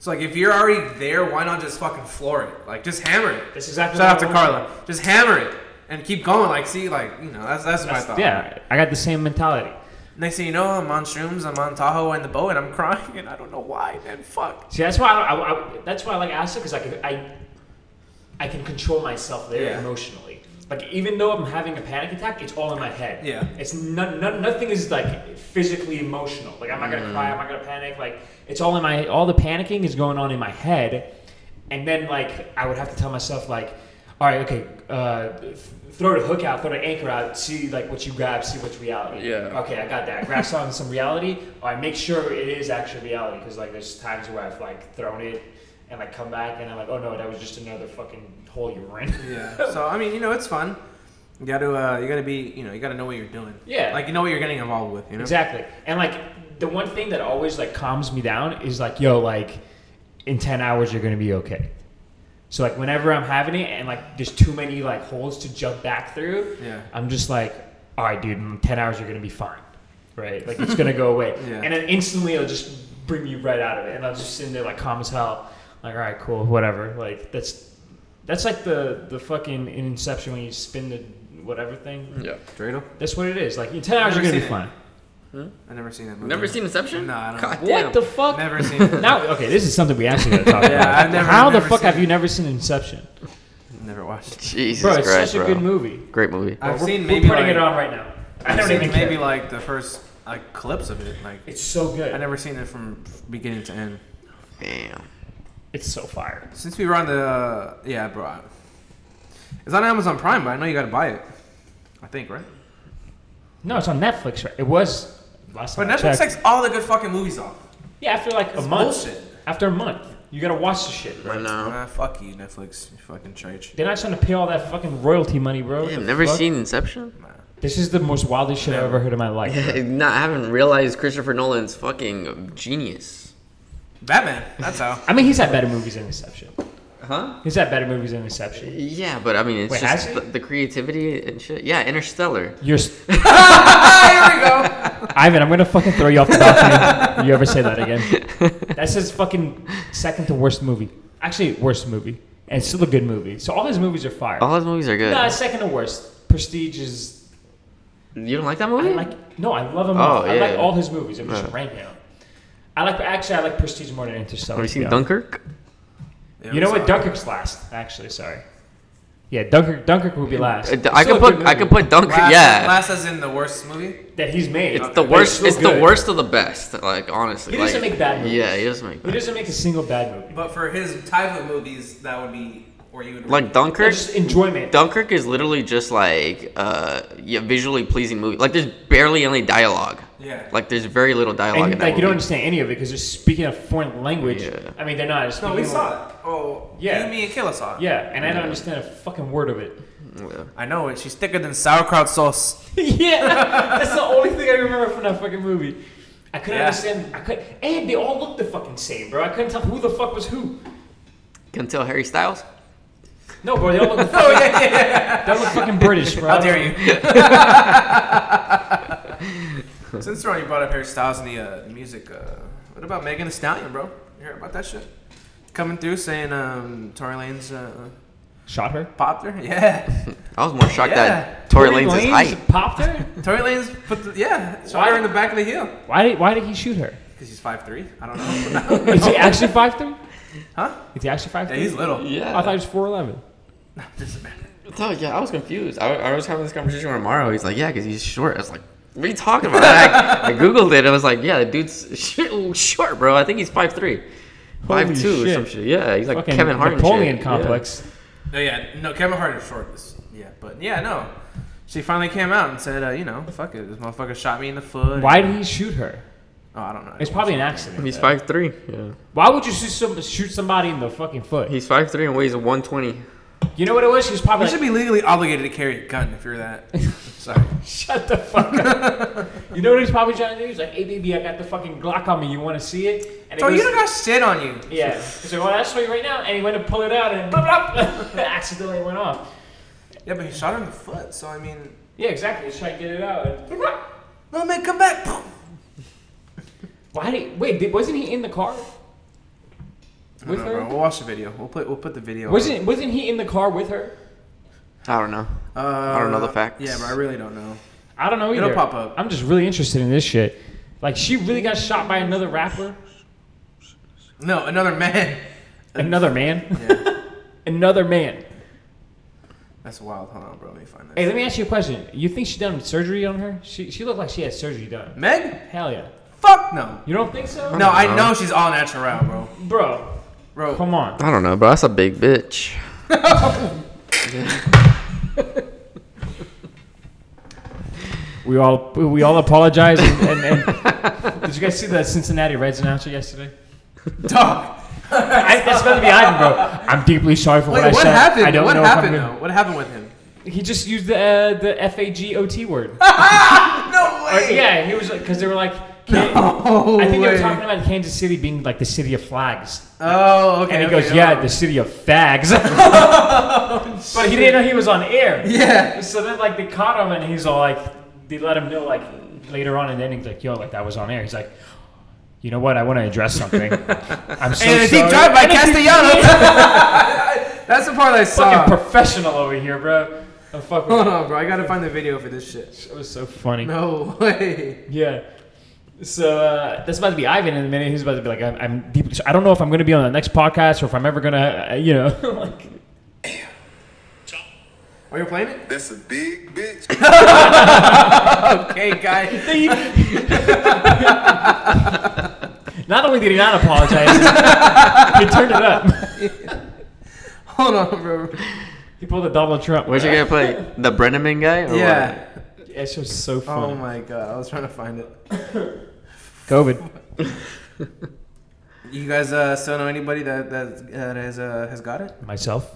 So like if you're already there, why not just fucking floor it? Like just hammer it.
That's exactly.
Shout out to
what I want.
Carla. Just hammer it and keep going. Like see, like you know, that's that's, my
That's-
thought.
yeah, I got the same mentality.
Next thing you know, I'm on shrooms. I'm on Tahoe and the boat, and I'm crying, and I don't know why. Man, fuck.
See, that's why I, I, I- that's why I like acid because I can I, I can control myself there
Yeah.
emotionally. Like even though I'm having a panic attack, it's all in my head.
Yeah.
it's not, not, nothing is like physically emotional. Like I'm not gonna cry. I'm not gonna panic. Like it's all in my all the panicking is going on in my head, and then like I would have to tell myself like, all right, okay, uh, th- throw the hook out, throw the anchor out, see like what you grab, see what's reality.
Yeah.
Okay, I got that. Grab on some reality. Or I make sure it is actually reality because like there's times where I've like thrown it and like come back and I'm like, oh no, that was just another fucking hole you were in.
Yeah. So I mean, you know, it's fun. You got to, uh, you got to be, you know, you got to know what you're doing.
Yeah.
Like you know what you're getting involved with. You know.
Exactly. And like the one thing that always like calms me down is like, yo, like in ten hours you're gonna be okay. So like whenever I'm having it and like there's too many like holes to jump back through,
Yeah.
I'm just like, all right, dude, in ten hours you're gonna be fine, right? Like it's gonna go away,
Yeah.
and then instantly it'll just bring you right out of it, and I'll just sit there like calm as hell, like all right, cool, whatever. Like that's that's like the the fucking in Inception when you spin the whatever thing.
Yeah.
Dreidel.
That's what it is. Like in ten hours
Mm. Never seen it.
you're gonna be fine.
I never seen that movie.
Never seen Inception?
No, I don't.
God
What
damn.
the fuck?
Never seen it.
Now, okay, this is something we actually gotta talk
Yeah,
about.
I've never-
How the
never
fuck
seen
have
it.
you never seen Inception,
Never watched.
Jesus
bro? It's
Christ,
such a
bro.
good movie.
Great movie.
I've
We're-
seen
we're
maybe
putting
like,
it on right now. I
I've
don't
seen
even
maybe
care.
like the first like clips of it. Like
It's so good.
I never seen it from beginning to end.
Damn.
It's so fire.
Since we were on the uh, yeah, bro. I- It's on Amazon Prime, but I know you got to buy it. I think right.
No, it's on Netflix. Right? It was last
But
time. I
Netflix
checked.
takes all the good fucking movies off.
yeah, after like a
It's
month.
bullshit.
After a month, you gotta watch the shit.
I know.
Ah, fuck you, Netflix. You fucking church.
They're not trying to pay all that fucking royalty money, bro. What
Damn,
the
never
fuck?
seen Inception?
This is the most wildest shit I've ever heard in my life. bro.
Not I haven't realized Christopher Nolan's fucking genius.
Batman. That's how.
I mean, he's had better movies than Inception.
Huh?
He's had better movies than Inception.
Yeah, but I mean, it's
Wait, has
just
he?
the, the creativity and shit. Yeah, Interstellar.
You're, s-
ah, here we go.
Ivan, I'm gonna fucking throw you off the balcony. if you ever say that again? That's his fucking second to worst movie. Actually, worst movie, and still a good movie. So all his movies are fire.
All his movies are good.
Nah, second to worst. Prestige is
You don't like that
I
movie?
like. No, I love him.
Oh,
all. I
yeah,
like
yeah.
all his movies. I'm just
Yeah.
ranking them. I like actually I like Prestige more than Interstellar.
Have you
to
seen
be honest.
Dunkirk?
Yeah,
You know
we
what?
saw it.
Dunkirk's last. Actually, sorry. Yeah, Dunkirk. Dunkirk would be last.
Uh,
It's
I
still
could
a
put
good
I could
movie
put Dunkirk.
Last,
yeah,
Last as in the worst movie.
that he's made.
it's the
but
worst.
still
It's the
good.
worst of the best. Like honestly,
He doesn't
like-
make bad movies.
Yeah, he doesn't make
He
bad.
doesn't make a single bad movie.
But for his type of movies, that would be where you would
Like
It's
Dunkirk.
Just enjoyment.
Dunkirk is literally just like uh, yeah, visually pleasing movie. Like there's barely any dialogue.
Yeah.
Like there's very little dialogue
and
in
like
that
you don't
movie.
understand any of it because they're speaking a foreign language.
Yeah.
I mean, they're not. It's
No, we saw it. Oh,
Yeah.
You, me, and Kayla saw it.
Yeah, and I don't understand a fucking word of it.
I know it. She's thicker than sauerkraut sauce.
yeah, that's the only thing I remember from that fucking movie. I couldn't
Yeah.
understand. I could, and they all looked the fucking same, bro. I couldn't tell who the fuck was who.
Can tell Harry Styles.
No, bro, they all look. oh yeah, yeah. They all look fucking British, bro.
How dare you? Since Ronnie brought up Harry Styles and the uh, music, uh, what about Megan Thee Stallion, bro? You heard about that shit? Coming through saying um, Tory Lane's uh,
Shot her.
popped her? Yeah.
I was more shocked
Yeah.
that Tory Lanez is height.
popped her.
Tory Lane's put the, yeah, shot her in the back of the heel.
Why did Why did he shoot her?
Because she's 5'3. I don't know.
Is he actually five three?
huh?
Is he actually five
Yeah,
three?
he's little.
Yeah.
I thought he was four eleven.
Doesn't matter.
Oh yeah, I was confused. I, I was having this conversation with Amaro. He's like, yeah, because he's short. I was like, what are you talking about? I, I googled it. I was like, yeah, the dude's shit, short, bro. I think he's 5'3".
Holy
5'2", or
shit.
some shit. Yeah, he's like
Fucking
Kevin Hart. and
Napoleon
shit.
complex.
No, yeah, no, Kevin Hart is short. This, yeah, but yeah, no. She finally came out and said, uh, you know, fuck it, this motherfucker shot me in the foot.
Why did he shoot her?
Oh, I don't know.
It's probably an
Yeah.
accident.
He's 5'3". Yeah.
Why would you shoot, some, shoot somebody in the fucking foot?
He's 5'3 and weighs 120.
You know what it was? She was probably.
You
like,
should be legally obligated to carry a gun if you're that. Sorry.
Shut the fuck up. you know what he's probably trying to do? He's like, hey, baby, I got the fucking Glock on me. You want to see it? And he
So you
goes-
don't got shit on you.
Yeah. He's like, well, that's for you right now. And he went to pull it out and blah, blah, blah. accidentally went off.
Yeah, but he shot her in the foot. So I mean,
Yeah, exactly. He's trying to get it out. And blah, blah.
no man, come back.
Why did, wait, did, wasn't he in the car?
No,
With
no,
her?
bro. We'll watch the video. We'll put we'll put the video.
Wasn't, wasn't he in the car with her?
I don't know.
on. Uh,
I don't know the facts.
Yeah, but I really don't know.
I don't know either.
It'll pop up.
I'm just really interested in this shit. Like, she really got shot by another rapper?
No, another man.
Another man?
Yeah,
another man.
that's wild. Hold on, bro. Let me find that.
Hey, let me ask you a question. You think she done surgery on her? She, she looked like she had surgery done.
Meg?
Hell yeah.
Fuck no.
You don't think so?
No, I
know.
know she's all natural, bro.
Bro,
Bro,
come on.
I don't know, bro. That's a big bitch.
We all we all apologize. And, and, and did you guys see the Cincinnati Reds announcer yesterday?
dog.
I, it's about to be hiding, bro. I'm deeply sorry for
Wait,
what I
what
said.
happened?
I don't
what
know if I'm
happened
gonna-
though? What happened with him?
He just used the uh, the F A G O T word.
No
Or-
way.
yeah, he was because they were like. Can-
No
I think they were
way.
talking about Kansas City being like the city of flags.
Oh, okay.
And he
okay,
goes, Yeah,
okay.
the city of fags. but he didn't know he was on air.
Yeah.
So then, like, they caught him, and he's all like, they let him know, like, later on, and then he's like, yo, like, that was on air. He's like, you know what? I want to address something. I'm so
And a
sorry.
deep drive by
And a deep
Castellanos.
drive.
That's the part I saw.
fucking professional over here, bro. I'm fucking.
Hold on, bro. I gotta find the video for this shit.
It was so funny.
No way.
Yeah. So uh, that's about to be Ivan in a minute. He's about to be like, I'm, I'm deeply. I don't know if I'm going to be on the next podcast or if I'm ever going to, uh, you know, like.
Are you playing it?
That's a big bitch.
Okay, guys.
Not only did he not apologize, he turned it up.
Hold on, bro.
He pulled a Donald Trump.
Where's he gonna play? The Brenneman guy? Or
Yeah.
It's just so
Oh
funny.
my god. I was trying to find it.
COVID.
You guys uh, still know anybody that that, that has uh, has got it?
Myself,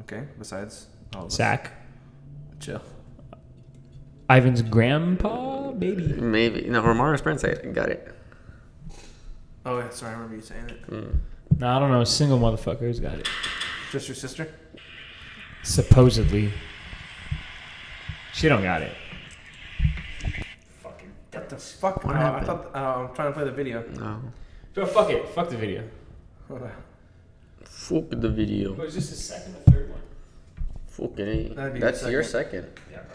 Okay. Besides.
Oh,
all of us.
Zach,
Chill.
Ivan's grandpa, baby.
what? Maybe. No, Romario Sprint got it.
Oh, yeah, sorry. I remember you saying it.
No, I don't know. A single motherfucker who's got it.
Just your sister?
Supposedly. She don't got it.
What the fuck?
What
Oh, I
happened?
thought oh, I'm trying to play the video.
No.
Bro, fuck it. Fuck the video.
Hold on.
Fuck the video.
was just the second or third one.
Fucking A.
That'd be
That's
your
your second.
Yeah, right.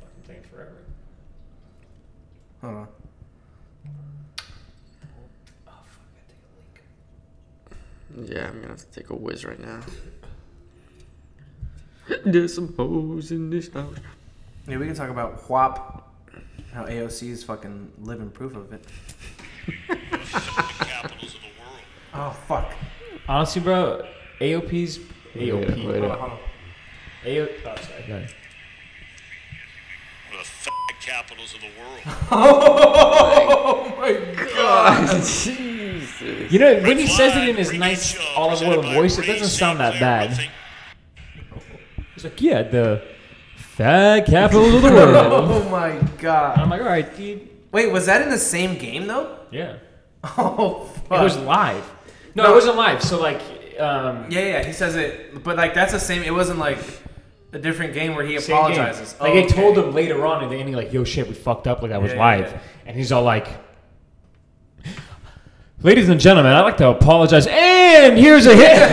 Fucking thing forever.
Hold on.
Yeah, I'm gonna have to take a whiz right now. There's some hoes in this house.
Yeah, we can talk about WAP. How AOC is fucking living proof of it. oh fuck.
Honestly, bro, AOP's AOP.
Yeah, wait
Hold
up.
on, hold on.
AO, oh, sorry. Go ahead.
One of the f- capitals of the world.
Oh my god.
Jesus.
You know, when he says it in his nice olive oil voice, it doesn't sound that bad. He's like, yeah, the fag capital of the world.
Oh my god.
I'm like, all right, dude.
Wait, was that in the same game though?
Yeah.
Oh
It was
fuck.
live. No,
No.
it wasn't live. So, like, um,
Yeah, yeah, he says it, but like that's the same. It wasn't like a different game where he
same game.
apologizes.
Like,
Oh,
they
okay.
told him later on in the ending, like, yo, shit, we fucked up. Like, that was
Yeah, yeah,
live.
yeah.
And he's all like, ladies and gentlemen, I'd like to apologize. And here's a hit.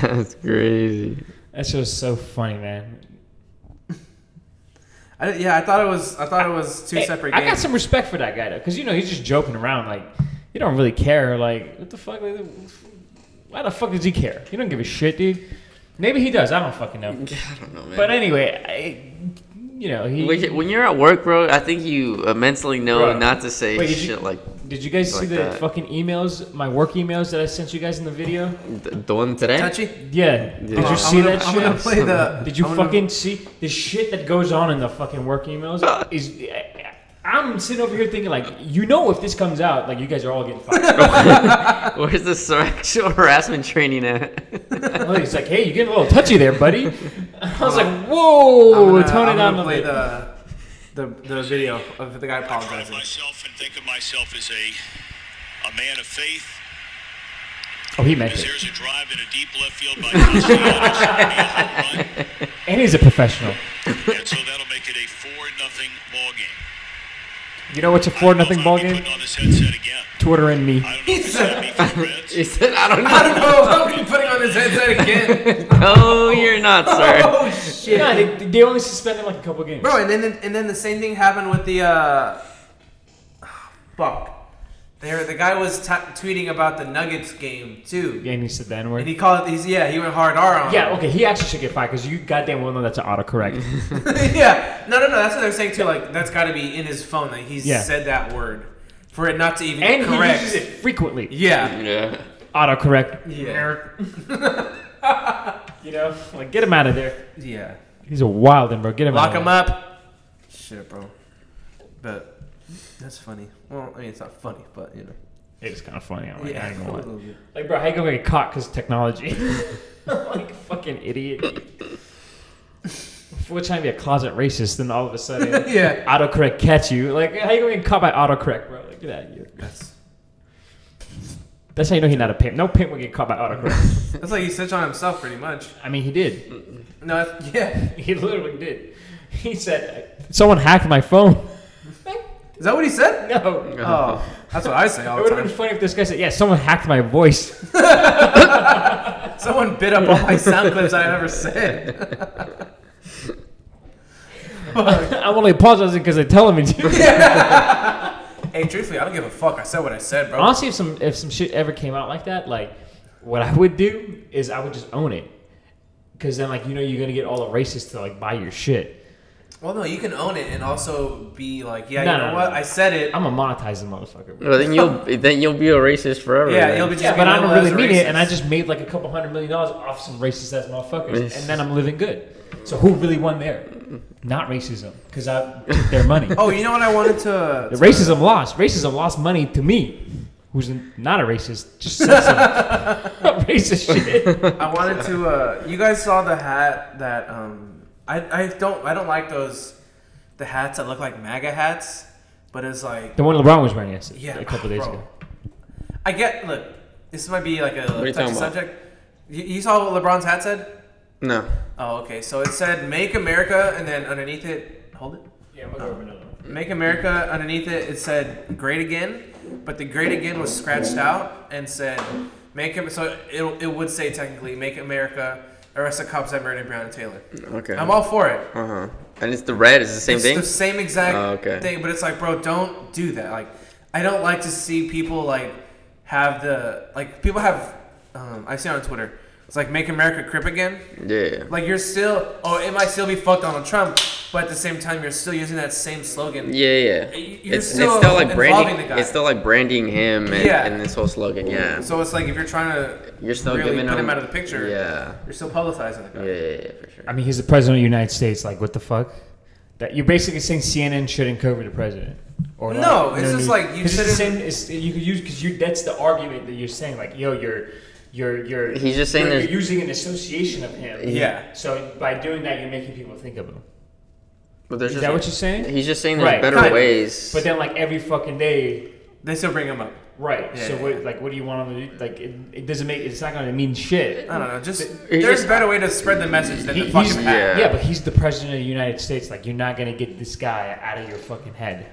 That's crazy.
That's just so funny, man.
I, didn't- yeah, I thought it was. I thought it was two
Hey,
separate
I
games.
got some respect for that guy though, because you know he's just joking around. Like you don't really care. Like what the fuck? like, Why the fuck does he care? He don't give a shit, dude. Maybe he does. I don't fucking know.
Yeah, I don't know, man.
But anyway, I, you know he.
Wait, when you're at work, bro, I think you uh, mentally know
Bro.
not to say
Wait, did you-
shit like
Did you guys see
Like
the
that.
fucking emails? My work emails that I sent you guys in the video.
"D- the one today.
Touchy.
Yeah. Did
Yeah.
you
I'm
see
gonna-
that
I'm
shit?
gonna play the.
Did you
I'm gonna- Uh,
fucking see the shit that goes on in the fucking work emails? Is I'm sitting over here thinking, like, you know, if this comes out, like, you guys are all getting fired.
Where's the sexual harassment training at?
Well, he's like, hey, you're getting a little touchy there, buddy. I was like, whoa,
I'm gonna-
tone
I'm
it down
gonna
a
play
bit.
the, the the video of the guy
proud of
apologizing.
myself and think of myself as a a man of faith.
Oh, he meant
As
it.
there's a drive in a deep left field by Castellanos, and he'll run.
And he's a professional.
and so that'll make it a four nothing ball game.
You know what's a
I don't
4
know if
nothing
I'll
ball
be
game?
Putting on this headset again.
Twitter and me.
I don't know if it's gonna be for the Reds.
he said, I don't
I
know.
don't know if I'm gonna be Oh, putting on his headset again.
No, you're not, sir.
Oh shit,
Yeah, they, they only suspend him like a couple games.
bro! And then and then the same thing happened with the uh, fuck. There, the guy was t- tweeting about the Nuggets game too,
And he said the N word.
and he called. He's yeah, he went hard R on.
Yeah, okay, he actually should get fired because you goddamn well know that's an autocorrect.
okay. yeah, no, no, no. That's what they're saying too. Like that's got to be in his phone that he's
Yeah.
said that word for it not to even
and
correct.
he uses it frequently.
Yeah.
Yeah.
Autocorrect.
Yeah.
You know, like get him out of there.
Yeah.
He's a wild one, bro. Get him
Lock
out of
him up. Shit, bro. But that's funny. Well, I mean, it's not funny, but you know.
there. It's kind of funny. I'm like, I ain't
a
gonna lie.
little bit.
Like, bro, how you gonna get caught because technology? like, fucking idiot. If we're trying to be a closet racist, then all of a sudden,
Yeah.
autocorrect catch you. Like, how you gonna get caught by autocorrect, bro? Like, get out of here.
That's,
That's how you know he's not a pimp. No pimp would get caught by autocorrect.
that's like he snitched on himself pretty much.
I mean, he did.
No, that's, yeah.
He literally did. He said, "Someone hacked my phone."
Is that what he said?
no.
Oh, that's what I say all
It
the
would have
time.
been funny if this guy said, "Yeah, someone hacked my voice."
Someone bit up all my sound clips I've ever said.
I'm only apologizing because they tell me to.
hey, truthfully, I don't give a fuck. I said what I said, bro.
Honestly, if some if some shit ever came out like that, like what I would do is I would just own it, because then like you know you're gonna get all the racists to like buy your shit.
Well, no, you can own it and also be like, yeah,
No,
you
no,
know
no,
what?
no.
I said it.
I'm a monetizing motherfucker. Bro.
Well, then you'll then you'll be a racist forever.
yeah,
then.
you'll be just
Yeah,
be
but I
known
don't
as
really
a
mean it, and I
racist.
just made like a couple hundred million dollars off some racist ass motherfuckers,
Yes.
and then I'm living good. So who really won there? Not racism, because I took their money.
Oh, you know what I wanted to.
The racism lost. Racism lost money to me, who's n- not a racist. Just said some racist shit.
I wanted to. Uh, you guys saw the hat that um, I I don't I don't like those the hats that look like MAGA hats, but it's like
The one LeBron was wearing yesterday,
yeah,
a couple days
bro.
ago.
I get look. This might be like a
are you
touchy
talking about?
subject. You, you saw what LeBron's hat said?
No.
Oh, okay. So it said "Make America," and then underneath it, hold it.
Yeah, I'm gonna go over another one.
Make America underneath it it said great again, but the great again was scratched out and said make him so it, it would say technically make America arrest the cops that murdered Brown and Taylor.
Okay.
I'm all for it.
Uh huh. And it's the red. It's the same
it's
thing.
the same exact
Oh, okay.
thing, but it's like, bro, don't do that. Like, I don't like to see people like have the like people have. Um, I see it on Twitter. It's like make America crip again.
yeah.
Like you're still, oh, it might still be fuck Donald Trump, but at the same time, you're still using that same slogan.
yeah, yeah.
Y- you're
It's,
still
it's still like
involving
branding.
the guy.
It's still like branding him and,
Yeah.
and this whole slogan. Yeah.
So it's like if you're trying to,
You're still
really
giving
put
him
him, out of the picture.
Yeah.
You're still publicizing the guy.
Yeah, yeah, yeah, for sure.
I mean, he's the president of the United States. Like, what the fuck? That you're basically saying CNN shouldn't cover the president. Or
No, it's just
news-
like you
'cause it's the
shouldn't-
same. It's, you could use because you. That's the argument that you're saying. Like, yo, you're, you're, you're.
He's just saying
you're,
there's-
you're using an association of him.
Yeah.
So by doing that, you're making people think of him.
But there's
Is
just-
that what you're saying?
He's just saying there's
Right,
better
kind of.
ways.
But then, like every fucking day,
They still bring him up.
right?
Yeah,
so
yeah,
what?
yeah.
Like, what do you want him to do? Like, it, it doesn't make. It's not going to mean shit.
I don't know. Just
He
there's
just-
a better way to spread the message than
He-
the
he's-
fucking hat.
Yeah.
yeah. but he's the president of the United States. Like, you're not gonna get this guy out of your fucking head.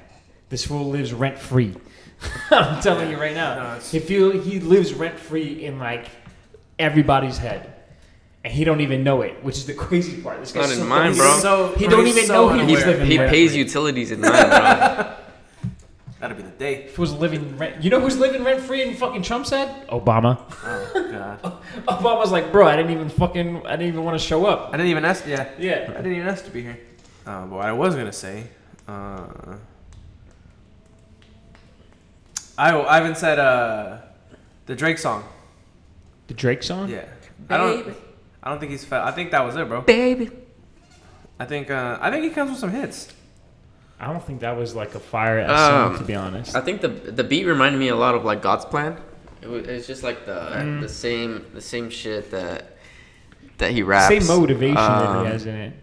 This fool lives rent free. I'm telling you right
No,
now.
it's-
He feel he lives rent free in like everybody's head, and he don't even know it, which is the crazy part. This
Not
guy's
in
so
mine,
fucking-
bro.
So-
he
bro,
don't
he's
even
so
know he was
unaware.
living.
he
rent
pays
free.
utilities in mine, bro.
That'll be the day.
He was living rent. You know who's living rent free? And fucking Trump said Obama.
Oh god.
Obama's like, bro, I didn't even fucking, I didn't even want to show up.
I didn't even ask. Yeah. I
Yeah.
didn't even ask to be here. Uh, but what I was gonna say, uh, I I haven't said uh, the Drake song.
The Drake song.
Yeah, I don't. I don't think he's fat. I think that was it, bro.
Baby.
I think uh, I think he comes with some hits.
I don't think that was like a fire ass
Um,
song, to be honest.
I think the the beat reminded me a lot of like God's Plan. It was, it's just like the
Mm.
the same the same shit that that he raps.
Same motivation that
Um,
he has in it.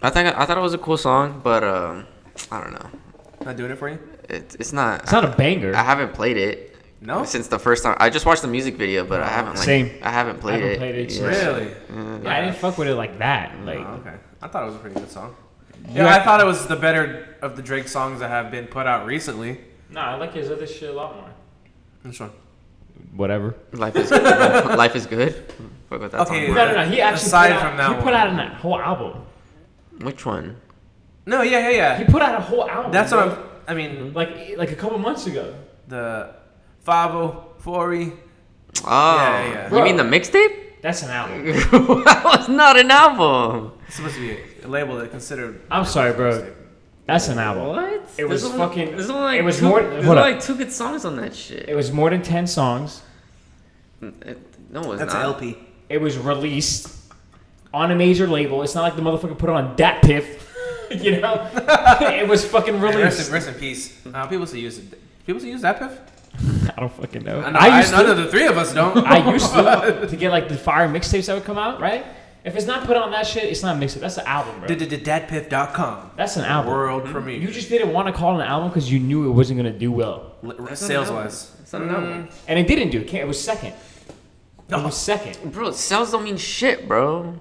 I think I thought it was a cool song, but um, I don't know.
Not doing it for you?
It, it's not.
It's not a banger.
I haven't played it
No.
since the first time. I just watched the music video, but I haven't like
Same.
I haven't played
haven't
it.
played it
yet.
since.
Really?
yeah, I didn't fuck with it like that. Like,
Oh, okay. I thought it was a pretty good song. Yeah, I thought it was the better of the Drake songs that have been put out recently.
no, I like his other shit a lot more.
Which one?
Whatever.
Life is life is good. Fuck with that
Okay.
song.
No, no, no. He actually
Aside
put out,
from that
he put
one.
out an- a whole album.
Which one?
No, yeah, yeah,
He
yeah.
put out a whole album.
That's what
bro.
I'm. I mean,
Like, like a couple months ago.
the Favo, Fori.
Oh,
Yeah, yeah.
you mean the mixtape?
That's an album.
that was not an album.
It's supposed to be a label that considered.
I'm sorry, bro. That's an album.
What?
It was fucking-
There's only like
it was
two,
more-
There's
hold
only
up.
like two good songs on that shit.
It was more than ten songs.
It- no, it's
That's
not.
an LP.
It was released on a major label. It's not like the motherfucker put it on Dat Piff. you know, it was fucking
Hey, Rest
released.
in, rest in peace. Uh, people still use it. People still use that piff?
I don't fucking know.
I,
I,
know, I,
used
none
to.
of the three of us don't.
I used to to get like the fire mixtapes that would come out, right? If it's not put on that shit, it's not mixtape. That's an album, bro.
Dadpiff.com.
That's an album.
World premiere.
Hmm? You just didn't want to call it an album because you knew it wasn't gonna do well,
That's not an
Sales
album.
wise.
It's not an album.
and it didn't do. It can't- it was second. It was second.
Mm.
Bro, sales don't mean shit, bro.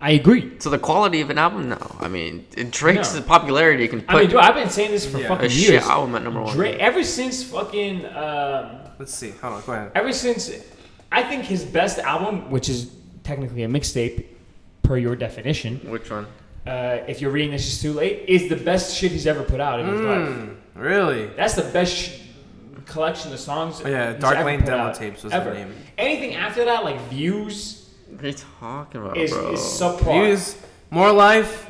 I agree.
So the quality of an album, no. I mean, it Drake's
No.
popularity can put
I mean, dude, I've been saying this for
Yeah.
a
fucking
shit
years.
album at number one.
Drake, ever since fucking, um,
Let's see. Hold on. Go ahead.
ever since, I think his best album, which is technically a mixtape, per your definition,
Which one?
uh, if you're reading this is too late, is the best shit he's ever put out in his life.
Hmm, really?
That's the best sh- collection of songs.
Oh, yeah,
he's
Dark
ever
Lane
put
Demo
out,
Tapes was the
ever.
name.
Anything after that, like Views,
What are you talking about,
is,
Oh, bro?
is subpar.
Views, more life,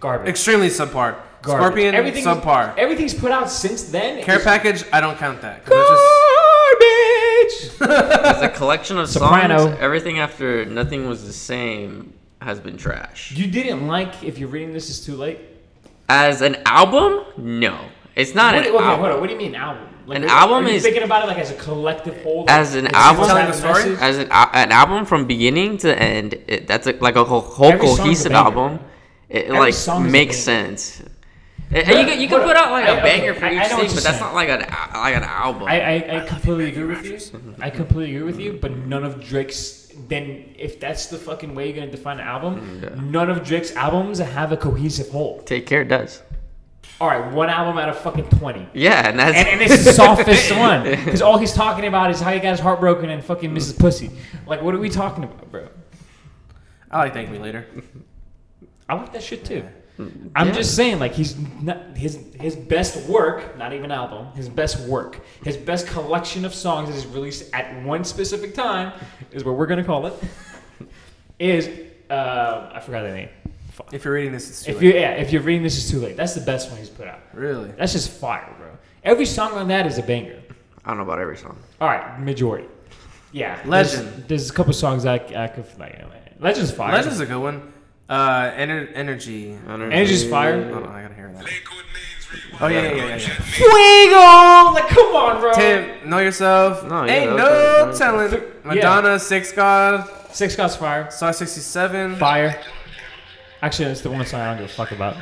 garbage.
extremely subpar.
garbage.
Scorpion,
Everything's-
subpar.
Everything's put out since then.
Care
is
package, I don't count that. 'cause it's
Garbage.
It's a collection of
Soprano.
songs. Everything after Nothing Was the Same has been trash.
You didn't like if you're reading this is too late.
As an album, no. It's not
What,
an
okay,
album.
hold on. What do you mean album? Like,
An
are-
album
are you
is-
thinking about it like as a collective whole.
As an
like,
album-
telling
Telling the story?
message?
As an, al- an album from beginning to end, it, that's a, like a whole, whole
Every song's a
cohesive
banger.
album. It
Every
like
song is a
makes
banger.
sense. And and you can, you can
Hold
put
on.
out like
I-
a
okay,
banger for
I- I
each
know what
thing,
you're
but that's
saying.
not like an al- like an album.
I, I, I completely agree with you. I completely agree with you. But none of Drake's then if that's the fucking way you're gonna define an album,
Yeah.
none of Drake's albums have a cohesive whole.
Take care does.
All right, one album out of fucking twenty.
Yeah, and that's
And, and it's the softest one because all he's talking about is how he got his heart broken and fucking Mrs. Pussy. Like, what are we talking about, bro?
just, I like Thank Me Later.
I like that shit too.
Hmm.
I'm
Yeah.
just saying, like he's not, his his best work, not even album, his best work, his best collection of songs that is released at one specific time is what we're gonna call it. Is uh, I forgot the name. Fuck.
If you're reading this, it's too
If
late.
you yeah, if you're reading this is too late. That's the best one he's put out.
Really?
That's just fire, bro. Every song on that is a banger.
I don't know about every song.
All right, majority. Yeah, there's-
Legend.
There's, a couple songs I, I could like. you know, Legend's fire.
Legend's a good one. Uh, ener- energy.
I don't
and it's just
Hold
fire.
on, I gotta hear that.
Oh
Oh, yeah, yeah, yeah, yeah.
Fuego! Like, come on, bro.
Tim, know yourself.
No, yeah,
Ain't
that was-
no
that was-
telling. Madonna, Six God,
Six God's Fire.
Star 67.
Fire. Actually, that's the one song I don't give a fuck about.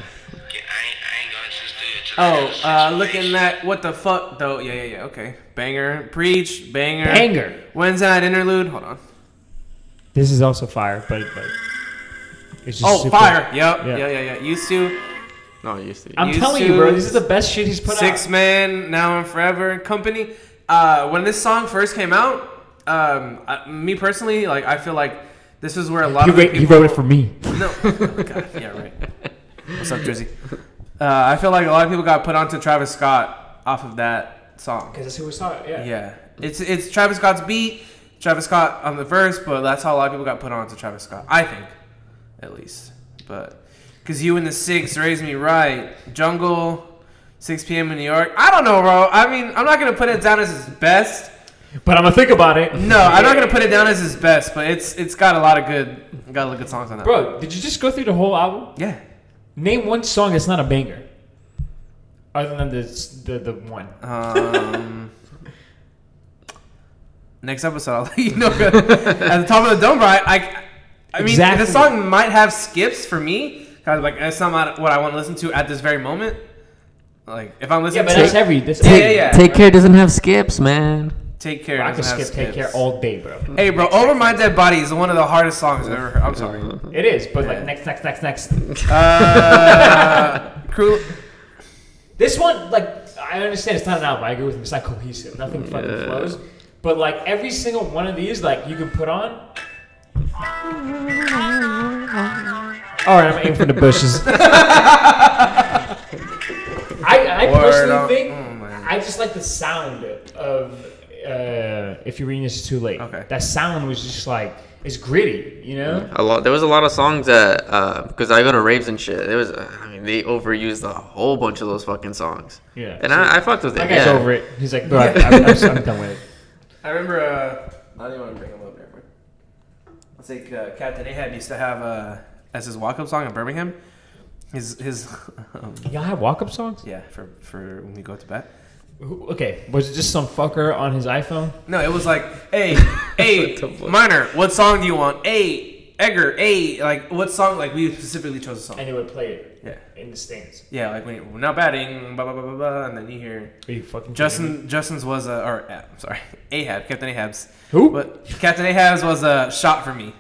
Oh, uh, looking at what the fuck though. Yeah, yeah, yeah. Okay, banger, preach, banger,
Banger.
Wednesday night interlude. Hold on.
This is also fire, but but it's just
Oh,
super-
fire. Yep. Yeah,
Yeah.
yeah, yeah. Used to
No, I used to.
I'm
Used
telling you, bro,
to-
this is the best shit he's put
six
out.
man now and forever company. Uh, when this song first came out, um, I, me personally, like I feel like this is where a lot
He,
of the
wrote- he
people-
wrote it for me.
No. Oh, God. Yeah, right. What's up, Drizzy? Uh, I feel like a lot of people got put onto Travis Scott off of that song.
Because that's who we saw it, yeah.
Yeah, it's it's Travis Scott's beat, Travis Scott on the verse, but that's how a lot of people got put on to Travis Scott. I think, at least, but because you and the Six raised me right, Jungle, 6 p.m. in New York. I don't know, bro. I mean, I'm not gonna put it down as his best.
But I'm going to think about it.
No, I'm not gonna put it down as his best, but it's it's got a lot of good got a lot of good songs on that.
Bro, did you just go through the whole album?
Yeah.
Name one song that's not a banger. Other than the the, the one.
Uh-huh. Um, next episode, I'll let you know. At the top of the dome, I, I, I mean,
Exactly.
the song might have skips for me. Cause like that's not what I want to listen to at this very moment. Like if I'm
Yeah,
listening
but
to
that's every. That's
Yeah,
every.
yeah, yeah.
Take care doesn't have skips, man.
Take care.
I
doesn't
can
have
skip Take Care
skips.
all day, bro.
Hey, bro, Over My Dead Body is one of the hardest songs I've ever heard. I'm sorry.
It is, but like next, next, next, next.
Uh, cruel.
This one, like, I understand it's not an album. I agree with him. It's not cohesive. Nothing fucking flows. But like every single one of these, like you can put on. All right, I'm aiming for the bushes. I, I
Or
personally
don't-
think
oh my-
I just like the sound of uh, if you're reading this too late.
Okay.
That sound was just like it's gritty, you know.
A lot. There was a lot of songs that because I go to raves and shit. There was. Uh, I mean, they overused a whole bunch of those fucking songs.
Yeah.
And I, I fucked with it.
That guy's
yeah.
over it. He's like, bro, I, I'm, I'm, I'm done with it.
I remember. Uh, I didn't want to bring him up there. Let's take uh, Captain Ahab used to have uh, as his walk-up song in Birmingham. His his um,
Y'all have walk-up songs?
yeah for for when we go to bed.
Who- Okay, was it just some fucker on his iPhone?
No, it was like hey hey
What the fuck?
minor, what song do you want? Hey Edgar, hey like what song? Like we specifically chose a song.
And it would play it
Yeah,
in the stands.
yeah, like when you- we're not batting, blah blah blah blah blah, and then you hear.
Are you fucking kidding me?
Justin Justin's was a or uh, I'm sorry Ahab Captain Ahab's
Who?
But Captain Ahab's was a shot for me.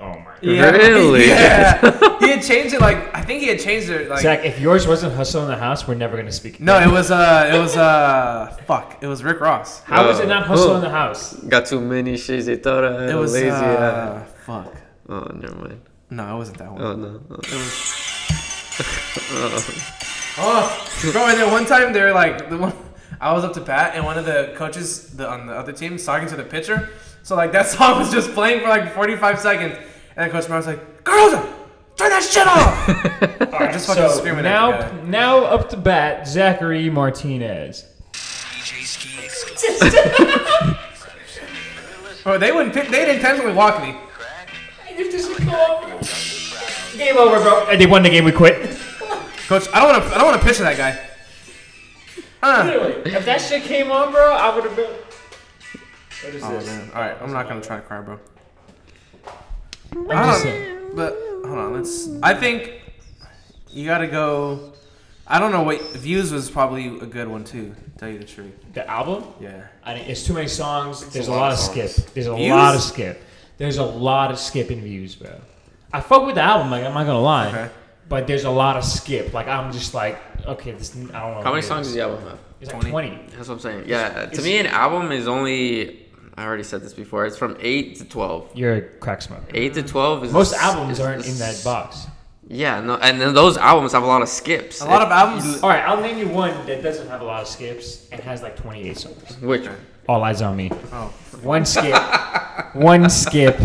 Oh my. God.
Yeah.
Really?
Yeah. he had changed it like I think he had changed it like
Zach, if yours wasn't Hustle in the House, we're never gonna speak.
No, it was uh it was uh fuck. It was Rick Ross.
How is it
Oh.
not Hustle
Oh.
in the House?
Got too many shits. They thought I had
It
a
was
lazy.
uh,
eye.
fuck.
Oh, never mind.
No, it wasn't that one.
Oh no. Oh.
Oh, bro! And then one time they were like, the one I was up to bat, and one of the coaches the, on the other team was talking to the pitcher. So like that song was just playing for like 45 seconds, and then Coach Brown was like, "Girls, turn that shit off!" I just fucking
So
screaming at the guy.
now, now up to bat, Zachary Martinez.
Bro, they wouldn't pick. They intentionally walk me.
Game over, bro. And they won the game. We quit.
Coach, I don't want to. I don't want to pitch to that guy. Uh.
Literally, if that shit came on, bro, I would have been. What is
Oh
this?
man. All right, I'm not gonna try to cry, bro.
I'm
I
just
Um,
saying.
don't, but hold on, let's. I think you gotta go. I don't know what views was probably a good one too. to Tell you the truth.
The album.
Yeah.
I mean, it's too many songs. There's a
a
lot,
lot
of
of
skip.
songs.
There's a
Views?
lot of skip. There's a lot of skip in views, bro. I fuck with the album. Like, I'm not gonna lie,
Okay.
but there's a lot of skip. Like, I'm just like, okay, this. I don't know.
How many songs does the album have?
It's like
20?
20.
That's what I'm saying. Yeah. To me, an album is only. I already said this before. It's from eight to twelve.
You're a crack smoker.
Eight to twelve is
Most
is-
albums
is-
aren't
is-
in that box.
Yeah, no, and then those albums have a lot of skips.
A lot of albums.
All right, I'll name you one that doesn't have a lot of skips and has like 28 songs.
Which
All eyes on me.
Oh,
One skip. one skip.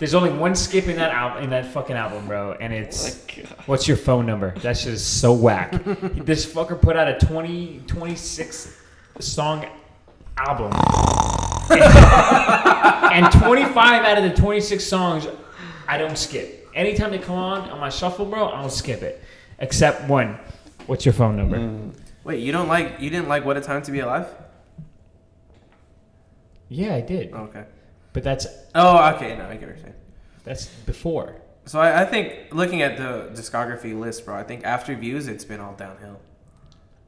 There's only one skip in that album, in that fucking album, bro, and it's
Oh
what's your phone number? That shit is so whack. this fucker put out a 20, 26 song album, and, and 25 out of the 26 songs I don't skip. Anytime they come on on my shuffle, bro, I don't skip it, except one. What's your phone number?
Mm. wait, you don't like? You didn't like What a Time to Be Alive?
Yeah, I did,
Oh, okay.
but that's
Oh, okay. No, I get what you're saying.
that's before.
So I, I think looking at the discography list, bro, I think after views, it's been all downhill.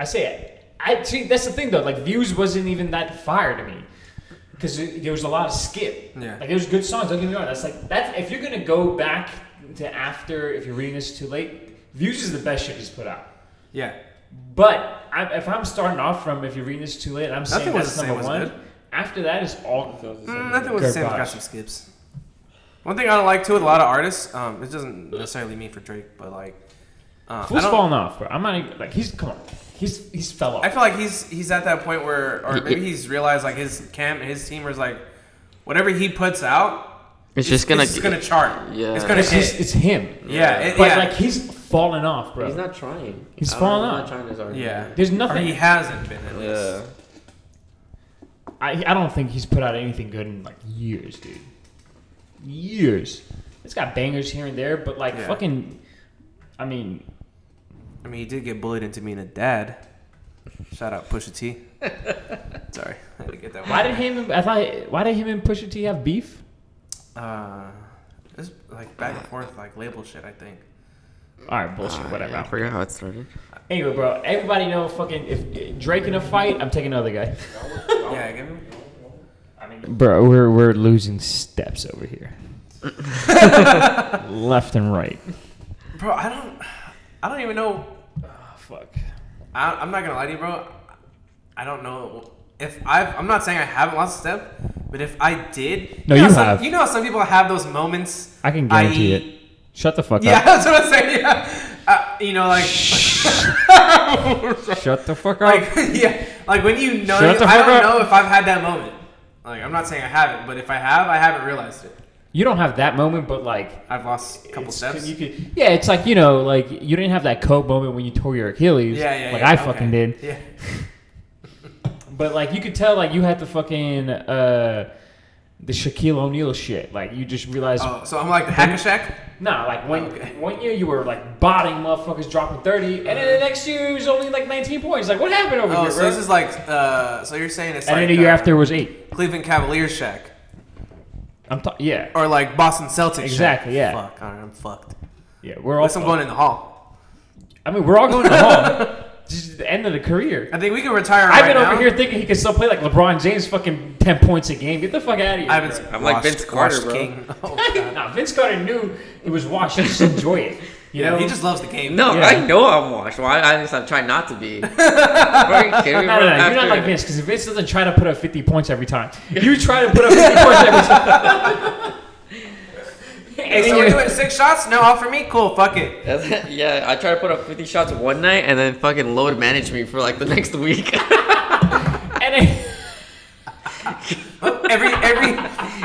I say it. I see. That's the thing though. Like views wasn't even that fire to me because there was a lot of skip.
Yeah.
Like there was good songs. Don't get me wrong. That's like that's if you're gonna go back to after if you're reading this too late, views is the best shit he's put out.
Yeah.
But I, if I'm starting off from if you're reading this too late, I'm saying
Nothing was
that's
the same
number
was
one.
good.
After that is all.
Mm, nothing was the same. Got some skips. One thing I don't like too with a lot of artists, um, it doesn't necessarily mean for Drake, but like, uh, I
Who's
don't-
falling off, bro? I'm not even, like he's come on. He's he's fell off.
I feel like he's he's at that point where, or maybe he's realized like his camp, his team is like, whatever he puts out,
it's just gonna.
it's just gonna chart.
Yeah.
it's gonna
it's,
hit.
just, it's him.
yeah, it,
But
yeah,
like he's falling off, bro.
He's not trying.
He's
I don't-
falling
I'm
off.
Not trying as hard.
yeah.
There's
Or
nothing.
he hasn't been at least.
Yeah.
I, I don't think he's put out anything good in like years, dude. Years. It's got bangers here and there, but like
Yeah.
fucking. I mean,
I mean, he did get bullied into being a dad. Shout out Pusha T. Sorry, I had to get that one.
Why did him? and- I thought. Why did him and Pusha T have beef?
Uh, it's like back and forth, like label shit. I think.
All right, bullshit.
Ah,
whatever.
I forgot how it started.
Anyway, bro. Everybody know fucking if Drake in a fight, I'm taking another guy.
Yeah, give him.
Bro, we're we're losing steps over here. Left and right.
Bro, I don't. I don't even know.
Fuck.
I, I'm not gonna lie to you, bro. I don't know if I've. I'm not saying I haven't lost a step, but if I did,
No,
know
you
how some-
have.
You know, how some people have those moments.
I can
i.e.
guarantee it. Shut the fuck
Yeah, that's what I'm saying. Yeah, uh, you know, like,
up. Shut the fuck up.
like, yeah, like when you know,
Shut the
I
fuck
don't
up.
know if I've had that moment. Like, I'm not saying I haven't, but if I have, I haven't realized it.
You don't have that moment, but like
I've lost a couple
it's-
steps.
You could, yeah, it's like you know, like you didn't have that cope moment when you tore your Achilles.
yeah, yeah,
Like
yeah,
I
okay.
fucking did.
Yeah.
But like you could tell, like you had the fucking uh, the Shaquille O'Neal shit. Like you just realized,
Oh, so I'm like the hack a shack.
nah. Like one
Okay.
one year you were like botting motherfuckers, dropping thirty, and then the next year it was only like nineteen points. Like what happened over
Oh,
here,
so
bro?
this is like, uh, so you're saying it's
and
like
then the year
uh,
after was eight.
Cleveland Cavaliers shack
I'm talking. Yeah,
or like Boston Celtics.
Exactly,
Shack.
yeah.
Fuck. All right, I'm fucked.
yeah. We're all.
Unless I'm going in the hall.
I mean, we're all going to the hall. Just the end of the career.
I think we can retire.
I've
right
been over
now.
here thinking he could still play like LeBron James, fucking ten points a game. Get the fuck out of here.
I haven't.
I'm like
watched-
Vince Carter,
watched
bro.
King. Oh,
bro. nah, Vince Carter knew it was washed. He just enjoy it. You
yeah,
know,
he just loves the game.
No,
Yeah.
I know I'm washed. Why? I just I'm trying not to be. Are you kidding me?
No, no, no. You're not like Vince because Vince doesn't try to put up 50 points every time. You try to put up 50 points every time. and
So
then
we're
you,
doing six shots. No, all for me. Cool. Fuck it.
That's- yeah, I tried to put up 50 shots one night and then fucking load manage me for like the next week.
and then,
Every every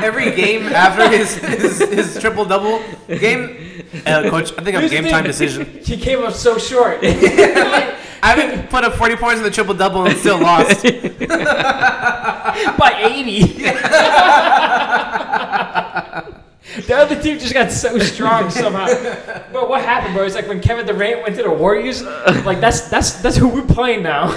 every game after his his, his triple double game. Uh, coach, I think I'm
here's the
game
thing.
time decision.
He came up so short.
I haven't put up 40 points in the triple double and still lost.
by 80. the other team just got so strong somehow. But what happened, bro? It's like when Kevin Durant went to the Warriors. Like that's that's that's who we're playing now.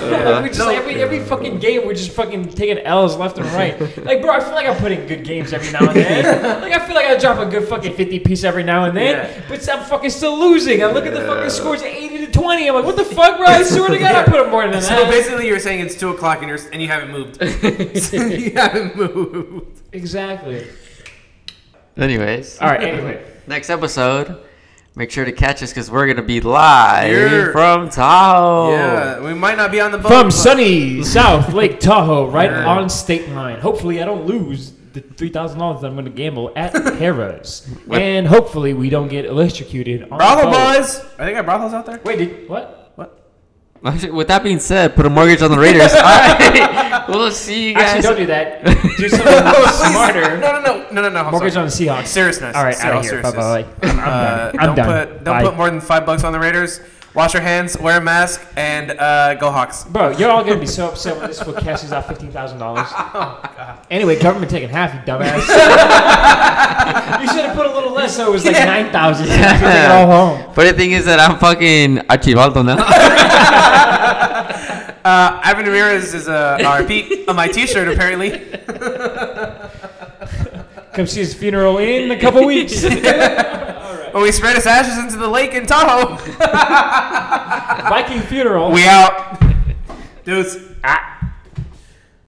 we just like, every every fucking game we're just fucking taking L's left and right. Like, bro, I feel like I'm putting good games every now and then. like I feel like I drop a good fucking fifty piece every now and then.
Yeah.
But I'm fucking still losing. I look at the fucking scores, eighty to twenty. I'm like, what the fuck, bro? I swear to God, I put up more than that.
So basically, you're saying it's two o'clock and you're and you haven't moved. you haven't moved.
exactly.
Anyways,
All right. Anyway.
next episode, make sure to catch us because we're gonna be live
Here.
from Tahoe.
Yeah, we might not be on the boat.
Oh. From
but-
sunny South Lake Tahoe, right
Oh, Yeah.
on state line. Hopefully, I don't lose the three thousand dollars I'm going to gamble at Harrah's,
What?
and hopefully, we don't get electrocuted. On
brothel
the boat.
boys. Are they got brothels out there?
Wait, did what?
Actually, with that being said, put a mortgage on the Raiders. All right, we'll see you
Actually,
guys.
don't do that. Do something smarter.
No, no, no, no, no, no. I'm
Mortgage
sorry.
on the Seahawks.
Seriousness.
All right,
Ser-
out of here. Bye
seriousness.
bye.
Uh,
I'm
don't
done.
put don't
Bye.
put more than five bucks on the Raiders. Wash your hands, wear a mask, and uh, go Hawks.
Bro, you're all gonna be so upset when this fool cashes out fifteen thousand dollars.
Oh,
Anyway, government taking half, you dumbass. you should have put a little less, so it was like nine thousand. Yeah. Take it all home.
But the thing is that I'm fucking Archibaldo now.
Uh, Ivan Ramirez is a RP on my T-shirt apparently.
Come see his funeral in a couple weeks.
But we spread his ashes into the lake in Tahoe.
Viking funeral.
We out, dudes.